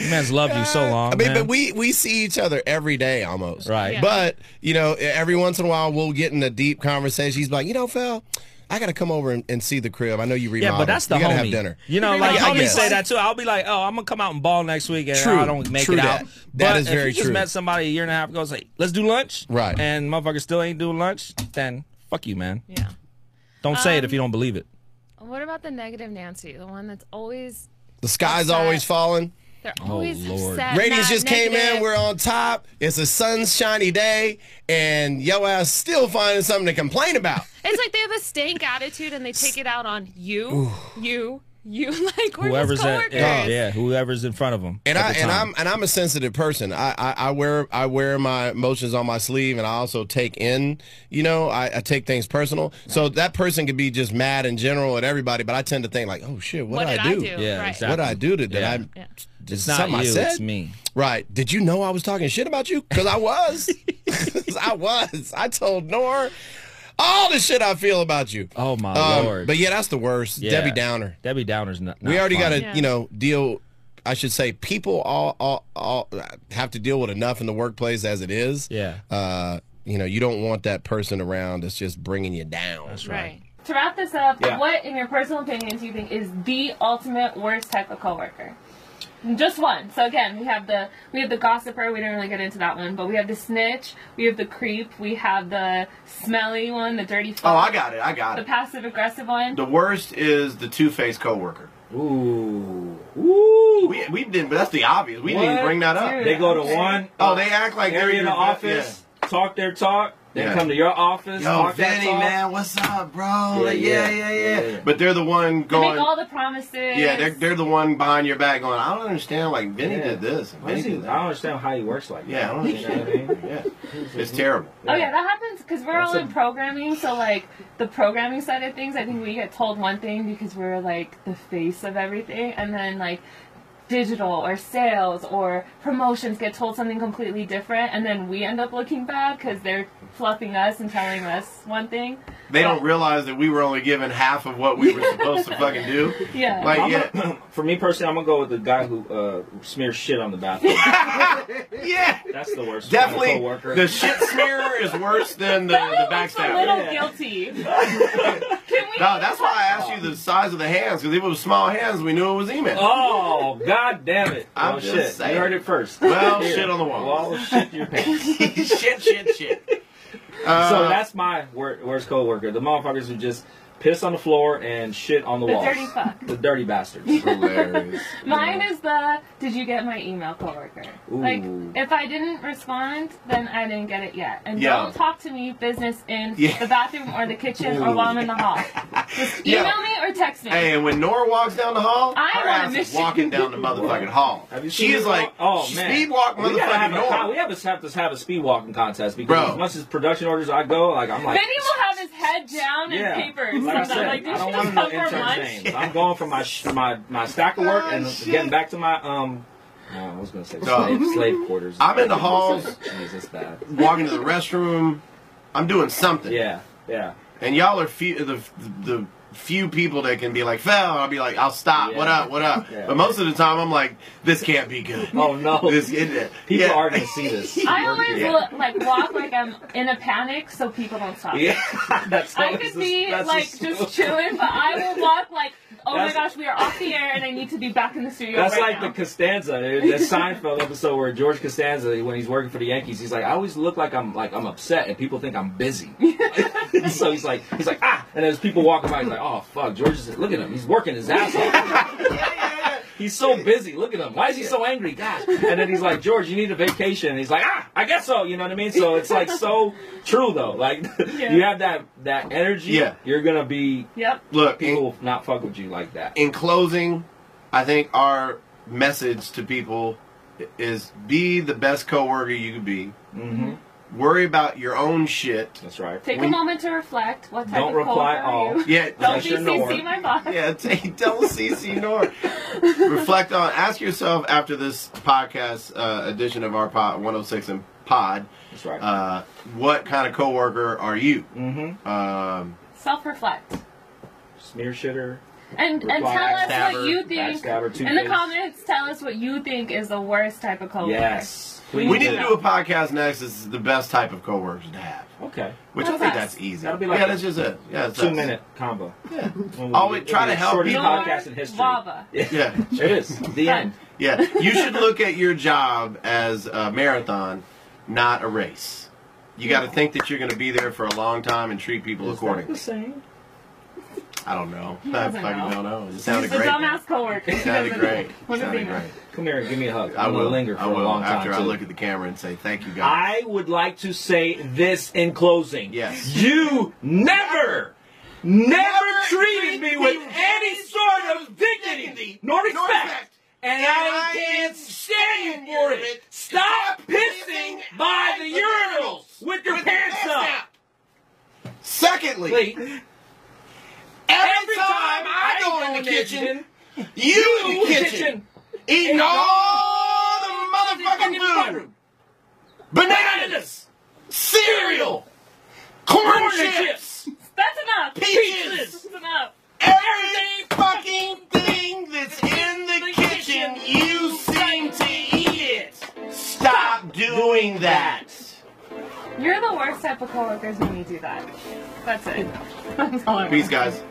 [SPEAKER 1] E-Man's loved *laughs* you so long.
[SPEAKER 2] I mean,
[SPEAKER 1] man.
[SPEAKER 2] but we we see each other every day almost.
[SPEAKER 1] Right. Yeah.
[SPEAKER 2] But you know, e, every once in a while we'll get in a deep conversation. He's like, you know, Phil, I gotta come over and, and see the crib. I know you
[SPEAKER 1] Yeah,
[SPEAKER 2] remodeled.
[SPEAKER 1] but that's the
[SPEAKER 2] you gotta
[SPEAKER 1] homie.
[SPEAKER 2] have dinner.
[SPEAKER 1] You know, like
[SPEAKER 2] Yeah, I
[SPEAKER 1] homies
[SPEAKER 2] guess.
[SPEAKER 1] say that too. I'll be like, oh, I'm gonna come out and ball next week, and
[SPEAKER 2] True.
[SPEAKER 1] I don't make
[SPEAKER 2] True
[SPEAKER 1] it
[SPEAKER 2] that.
[SPEAKER 1] out. But
[SPEAKER 2] That is
[SPEAKER 1] if
[SPEAKER 2] very
[SPEAKER 1] you just
[SPEAKER 2] true.
[SPEAKER 1] met somebody a year and a half ago, say, let's do lunch,
[SPEAKER 2] Right.
[SPEAKER 1] And motherfucker still ain't doing lunch, then fuck you, man.
[SPEAKER 3] Yeah.
[SPEAKER 1] Don't say it if you don't believe it.
[SPEAKER 3] What about the negative Nancy, the one that's always
[SPEAKER 5] The sky's
[SPEAKER 3] Upset.
[SPEAKER 5] always falling.
[SPEAKER 3] they're always
[SPEAKER 6] Lord.
[SPEAKER 3] upset.
[SPEAKER 5] Ratings
[SPEAKER 3] not
[SPEAKER 5] just came in.
[SPEAKER 3] negative.
[SPEAKER 5] We're on top. It's a sunshiny day, and yo ass still finding something to
[SPEAKER 6] *laughs*
[SPEAKER 5] complain about.
[SPEAKER 3] It's like they have a stank attitude and they take it out on you, you, you. *laughs* Like we're
[SPEAKER 6] Whoever's
[SPEAKER 3] just
[SPEAKER 6] at
[SPEAKER 3] coworkers.
[SPEAKER 6] yeah, yeah, whoever's in front of them.
[SPEAKER 5] And I and I'm and I'm a sensitive person. I, I, I wear I wear my emotions on my sleeve, and I also take in. You know, I, I take things personal. So that person could be just mad in general at everybody, but I tend to think like, oh shit, what,
[SPEAKER 3] What did I do?
[SPEAKER 6] Yeah,
[SPEAKER 3] Right.
[SPEAKER 6] exactly.
[SPEAKER 5] What did I do today?
[SPEAKER 6] Yeah.
[SPEAKER 5] I,
[SPEAKER 3] Yeah.
[SPEAKER 6] It's not
[SPEAKER 5] something I
[SPEAKER 6] you,
[SPEAKER 5] said?
[SPEAKER 6] it's me.
[SPEAKER 5] Right. Did you know I was talking shit about you? Because
[SPEAKER 6] *laughs*
[SPEAKER 5] I was. *laughs* 'Cause I was. I told Nor all the shit I feel about you.
[SPEAKER 6] Oh my
[SPEAKER 5] Um,
[SPEAKER 6] lord!
[SPEAKER 5] But yeah, that's the worst.
[SPEAKER 6] Yeah.
[SPEAKER 5] Debbie Downer.
[SPEAKER 6] Debbie Downer's not.
[SPEAKER 5] we
[SPEAKER 6] not
[SPEAKER 5] already
[SPEAKER 6] fun.
[SPEAKER 5] got to,
[SPEAKER 3] Yeah.
[SPEAKER 5] you know, deal. I should say, people all, all, all have to deal with enough in the workplace as it is.
[SPEAKER 6] Yeah.
[SPEAKER 5] Uh, you know, you don't want that person around that's just bringing you down.
[SPEAKER 3] Right. To wrap this up, what, in your personal opinion, do you think is the ultimate worst type of coworker? Just one. So again, we have the we have the gossiper. We didn't really get into that one, but we have the snitch. We have the creep. We have the smelly one, the dirty. Fuck,
[SPEAKER 5] it. Oh, I got
[SPEAKER 3] The passive aggressive one.
[SPEAKER 5] worst is the two faced coworker.
[SPEAKER 1] Ooh.
[SPEAKER 5] We, we didn't, but that's the obvious. We
[SPEAKER 1] didn't even What? bring that
[SPEAKER 3] up.
[SPEAKER 1] They go to one.
[SPEAKER 5] Oh, they act like
[SPEAKER 1] they're in the office, talk their talk, then
[SPEAKER 5] Yeah.
[SPEAKER 1] come to your office,
[SPEAKER 5] Yo,
[SPEAKER 1] talk
[SPEAKER 2] Oh,
[SPEAKER 1] that
[SPEAKER 5] Vinny,
[SPEAKER 1] talk.
[SPEAKER 5] man, what's up, bro? Yeah, like, yeah, yeah,
[SPEAKER 1] yeah,
[SPEAKER 5] yeah,
[SPEAKER 1] yeah, yeah.
[SPEAKER 5] But they're the one
[SPEAKER 3] They
[SPEAKER 5] going.
[SPEAKER 3] make all the promises.
[SPEAKER 5] yeah, they're, they're the one behind your back going, I don't understand. Like, Vinny
[SPEAKER 1] Yeah.
[SPEAKER 5] did this.
[SPEAKER 1] Why
[SPEAKER 5] Vinny
[SPEAKER 1] is he- I
[SPEAKER 5] did
[SPEAKER 1] don't
[SPEAKER 5] that.
[SPEAKER 1] understand how he works like
[SPEAKER 5] Yeah, I don't
[SPEAKER 1] that. You know what
[SPEAKER 5] *laughs*
[SPEAKER 1] I *laughs* mean?
[SPEAKER 5] understand. yeah. It's terrible.
[SPEAKER 3] Oh yeah, that happens because we're all
[SPEAKER 1] That's a-
[SPEAKER 3] in programming. So like the programming side of things, I think we get told one thing because we're like the face of everything, and then like digital or sales or promotions get told something completely different, and then we end up looking bad because they're fluffing us and telling us one thing.
[SPEAKER 2] They
[SPEAKER 3] But-
[SPEAKER 2] don't realize that we were only given half of what we were supposed to fucking do.
[SPEAKER 1] *laughs*
[SPEAKER 3] Yeah.
[SPEAKER 2] Like,
[SPEAKER 1] I'm
[SPEAKER 2] yeah,
[SPEAKER 1] gonna- *clears throat* for me personally, I'm gonna go with the guy who uh, smears shit on the bathroom.
[SPEAKER 2] yeah,
[SPEAKER 1] That's the worst. kind of
[SPEAKER 2] definitely.
[SPEAKER 1] coworker.
[SPEAKER 2] The shit smearer is worse than the, the
[SPEAKER 3] I'm a
[SPEAKER 2] backstabber.
[SPEAKER 3] little
[SPEAKER 1] Yeah. *laughs*
[SPEAKER 3] guilty. Can we?
[SPEAKER 2] No, that's why I asked you the size of the hands because if it was small hands, we knew it was email.
[SPEAKER 1] Oh god damn it!
[SPEAKER 2] I'm
[SPEAKER 1] oh
[SPEAKER 2] just
[SPEAKER 1] shit!
[SPEAKER 2] saying.
[SPEAKER 1] You heard it first.
[SPEAKER 2] Well, shit on the wall.
[SPEAKER 1] Wall of shit your pants.
[SPEAKER 2] shit, shit, shit. Uh,
[SPEAKER 1] so
[SPEAKER 2] *laughs*
[SPEAKER 1] that's my wor- worst coworker. The motherfuckers who just piss on the floor and shit on the,
[SPEAKER 3] The
[SPEAKER 1] walls.
[SPEAKER 3] dirty fuck.
[SPEAKER 1] The dirty bastards.
[SPEAKER 3] *laughs*
[SPEAKER 2] hilarious.
[SPEAKER 3] Mine is the did you get my email coworker? Like
[SPEAKER 1] Ooh.
[SPEAKER 3] if I didn't respond, then I didn't get it yet. And
[SPEAKER 2] Yeah.
[SPEAKER 3] don't talk to me business in
[SPEAKER 2] Yeah.
[SPEAKER 3] the bathroom or the kitchen or while I'm in the
[SPEAKER 1] *laughs*
[SPEAKER 3] hall. Just
[SPEAKER 2] Yeah.
[SPEAKER 3] email me or text me.
[SPEAKER 2] Hey, and when Nora walks down the hall,
[SPEAKER 3] I
[SPEAKER 2] her
[SPEAKER 3] wanna
[SPEAKER 2] ass
[SPEAKER 3] miss
[SPEAKER 2] is
[SPEAKER 3] you.
[SPEAKER 2] walking down
[SPEAKER 1] *laughs*
[SPEAKER 2] the motherfucking hall.
[SPEAKER 1] Have you seen
[SPEAKER 2] She
[SPEAKER 1] her
[SPEAKER 2] is
[SPEAKER 1] walk?
[SPEAKER 2] like,
[SPEAKER 1] oh
[SPEAKER 2] she
[SPEAKER 1] man,
[SPEAKER 2] speed walk
[SPEAKER 1] We gotta have
[SPEAKER 2] motherfucking
[SPEAKER 1] a con- we
[SPEAKER 2] Nora.
[SPEAKER 1] have to have to have a speed walking contest because
[SPEAKER 2] Bro.
[SPEAKER 1] as much as production orders I go, like I'm like.
[SPEAKER 3] Vinny will have his head down
[SPEAKER 1] Yeah,
[SPEAKER 3] and papers. *laughs*
[SPEAKER 1] like I
[SPEAKER 3] sometimes.
[SPEAKER 1] said,
[SPEAKER 3] like, did
[SPEAKER 1] I don't
[SPEAKER 3] you just
[SPEAKER 1] want no
[SPEAKER 3] come for
[SPEAKER 1] intern
[SPEAKER 3] lunch?
[SPEAKER 1] things. I'm going for my sh- my my stack of work
[SPEAKER 2] Ah,
[SPEAKER 1] and getting back to my um. uh, I was gonna say slave, slave quarters.
[SPEAKER 2] I'm in the halls.
[SPEAKER 1] Jesus, bad.
[SPEAKER 2] Walking to the restroom. I'm doing something.
[SPEAKER 1] Yeah, yeah.
[SPEAKER 2] And y'all are few, the the few people that can be like, fell. I'll be like, I'll stop. What
[SPEAKER 1] Yeah.
[SPEAKER 2] up? What up?
[SPEAKER 1] Yeah.
[SPEAKER 2] But most of the time, I'm like, this can't be good.
[SPEAKER 1] Oh no,
[SPEAKER 2] This it, it-
[SPEAKER 1] people
[SPEAKER 2] yeah.
[SPEAKER 1] are gonna see
[SPEAKER 2] *laughs*
[SPEAKER 1] this.
[SPEAKER 3] I always
[SPEAKER 2] Yeah.
[SPEAKER 3] look, like walk like I'm in a panic so people don't stop.
[SPEAKER 1] Yeah, *laughs* that's
[SPEAKER 3] I
[SPEAKER 1] always
[SPEAKER 3] could
[SPEAKER 1] a-
[SPEAKER 3] be
[SPEAKER 1] that's a
[SPEAKER 3] like
[SPEAKER 1] s- *laughs*
[SPEAKER 3] just chilling, but I will walk like, oh
[SPEAKER 1] That's-
[SPEAKER 3] my gosh, we are off the air and I need to be back in the studio.
[SPEAKER 1] That's
[SPEAKER 3] right
[SPEAKER 1] like
[SPEAKER 3] now.
[SPEAKER 1] the Costanza, the Seinfeld episode where George Costanza, when he's working for the Yankees, he's like, "I always look like I'm like I'm upset, and people think I'm busy." *laughs* so he's like, he's like, ah, and there's people walking by, he's like, "Oh fuck, George is look at him, he's working his *laughs* ass off." He's so busy. Look at him. Why is he so angry? Gosh. And then he's like, George, you need a vacation. And he's like, ah, I guess so. You know what I mean? So it's like so true though. Like *laughs* you have that that energy.
[SPEAKER 2] Yeah.
[SPEAKER 1] You're gonna be
[SPEAKER 3] Yep.
[SPEAKER 2] Look,
[SPEAKER 1] people
[SPEAKER 2] in,
[SPEAKER 1] will not fuck with you like that.
[SPEAKER 2] in closing, I think our message to people is be the best coworker you can be.
[SPEAKER 1] Mm-hmm.
[SPEAKER 2] Worry about your own shit.
[SPEAKER 1] That's right.
[SPEAKER 3] Take a
[SPEAKER 2] When-
[SPEAKER 3] moment to reflect. What type
[SPEAKER 1] Don't
[SPEAKER 3] of
[SPEAKER 1] reply
[SPEAKER 3] coworker
[SPEAKER 1] all. *laughs*
[SPEAKER 3] Are you?
[SPEAKER 2] Yeah,
[SPEAKER 3] Don't
[SPEAKER 1] Unless you're
[SPEAKER 3] BCC
[SPEAKER 1] Nord.
[SPEAKER 3] my boss.
[SPEAKER 2] *laughs*
[SPEAKER 1] *laughs*
[SPEAKER 2] Yeah, take, don't CC nor reflect on. Ask yourself after this podcast uh, edition of our pod 106 and pod,
[SPEAKER 1] That's right.
[SPEAKER 2] uh, what kind of coworker are you?
[SPEAKER 1] mm-hmm.
[SPEAKER 2] Um,
[SPEAKER 3] Self-reflect.
[SPEAKER 1] smear shitter.
[SPEAKER 3] And, and
[SPEAKER 1] Reply,
[SPEAKER 3] tell us what
[SPEAKER 2] backstabber,
[SPEAKER 3] you think
[SPEAKER 1] backstabber,
[SPEAKER 3] in the
[SPEAKER 1] two-faced.
[SPEAKER 3] comments. Tell us what you think is the worst type of coworker.
[SPEAKER 1] Yes. Please.
[SPEAKER 2] Oh, we need to do a podcast next. This is the best type of coworkers to have,
[SPEAKER 1] Okay.
[SPEAKER 2] which I
[SPEAKER 3] How's
[SPEAKER 2] think
[SPEAKER 3] that?
[SPEAKER 2] that's easy.
[SPEAKER 1] That'll be like
[SPEAKER 2] yeah,
[SPEAKER 1] a
[SPEAKER 2] that's just it. Yeah, it's
[SPEAKER 1] Two
[SPEAKER 2] us.
[SPEAKER 1] minute combo.
[SPEAKER 2] Yeah,
[SPEAKER 1] When we-
[SPEAKER 2] Oh, it- try
[SPEAKER 1] it'll be
[SPEAKER 2] to
[SPEAKER 1] the
[SPEAKER 2] help
[SPEAKER 1] shortest
[SPEAKER 2] people.
[SPEAKER 1] podcast in history.
[SPEAKER 3] Wava.
[SPEAKER 2] yeah,
[SPEAKER 1] It is the end.
[SPEAKER 2] yeah. You should look at your job as a marathon, not a race. You got to think that you're going to be there for a long time and treat people
[SPEAKER 1] Is that
[SPEAKER 2] accordingly.
[SPEAKER 1] the same?
[SPEAKER 2] I don't know.
[SPEAKER 3] He
[SPEAKER 2] I
[SPEAKER 3] doesn't
[SPEAKER 2] fucking
[SPEAKER 3] know.
[SPEAKER 2] don't know. It
[SPEAKER 3] He's
[SPEAKER 2] sounded
[SPEAKER 3] the
[SPEAKER 2] great.
[SPEAKER 3] dumbass
[SPEAKER 2] *laughs*
[SPEAKER 3] coworker. He
[SPEAKER 2] sounded
[SPEAKER 3] doesn't
[SPEAKER 2] great.
[SPEAKER 3] know. What a
[SPEAKER 2] sounded
[SPEAKER 3] female.
[SPEAKER 2] great.
[SPEAKER 1] Come here and give me a hug.
[SPEAKER 2] I
[SPEAKER 1] I'm
[SPEAKER 2] will
[SPEAKER 1] gonna linger for
[SPEAKER 2] I
[SPEAKER 1] a
[SPEAKER 2] will
[SPEAKER 1] long time.
[SPEAKER 2] after I
[SPEAKER 1] too.
[SPEAKER 2] look at the camera and say thank you guys.
[SPEAKER 1] I would like to say this in closing.
[SPEAKER 2] Yes.
[SPEAKER 1] You never, never,
[SPEAKER 2] Never
[SPEAKER 1] treated me with any sort of dignity nor respect.
[SPEAKER 2] respect.
[SPEAKER 1] And, I, can't stand you for it. Stop pissing by the urinals with your pants up.
[SPEAKER 2] Secondly,
[SPEAKER 1] Please.
[SPEAKER 2] every time I go in the kitchen, you in the kitchen eating
[SPEAKER 1] Eating
[SPEAKER 2] all the motherfucking food, bananas, cereal, corn chips,
[SPEAKER 3] That's enough.
[SPEAKER 2] peaches.
[SPEAKER 3] That's enough.
[SPEAKER 2] Every fucking thing that's in the kitchen, you seem to eat it. Stop doing that.
[SPEAKER 3] You're the worst type of coworkers when you do that. That's it. That's all I
[SPEAKER 2] Peace,
[SPEAKER 3] want.
[SPEAKER 2] guys.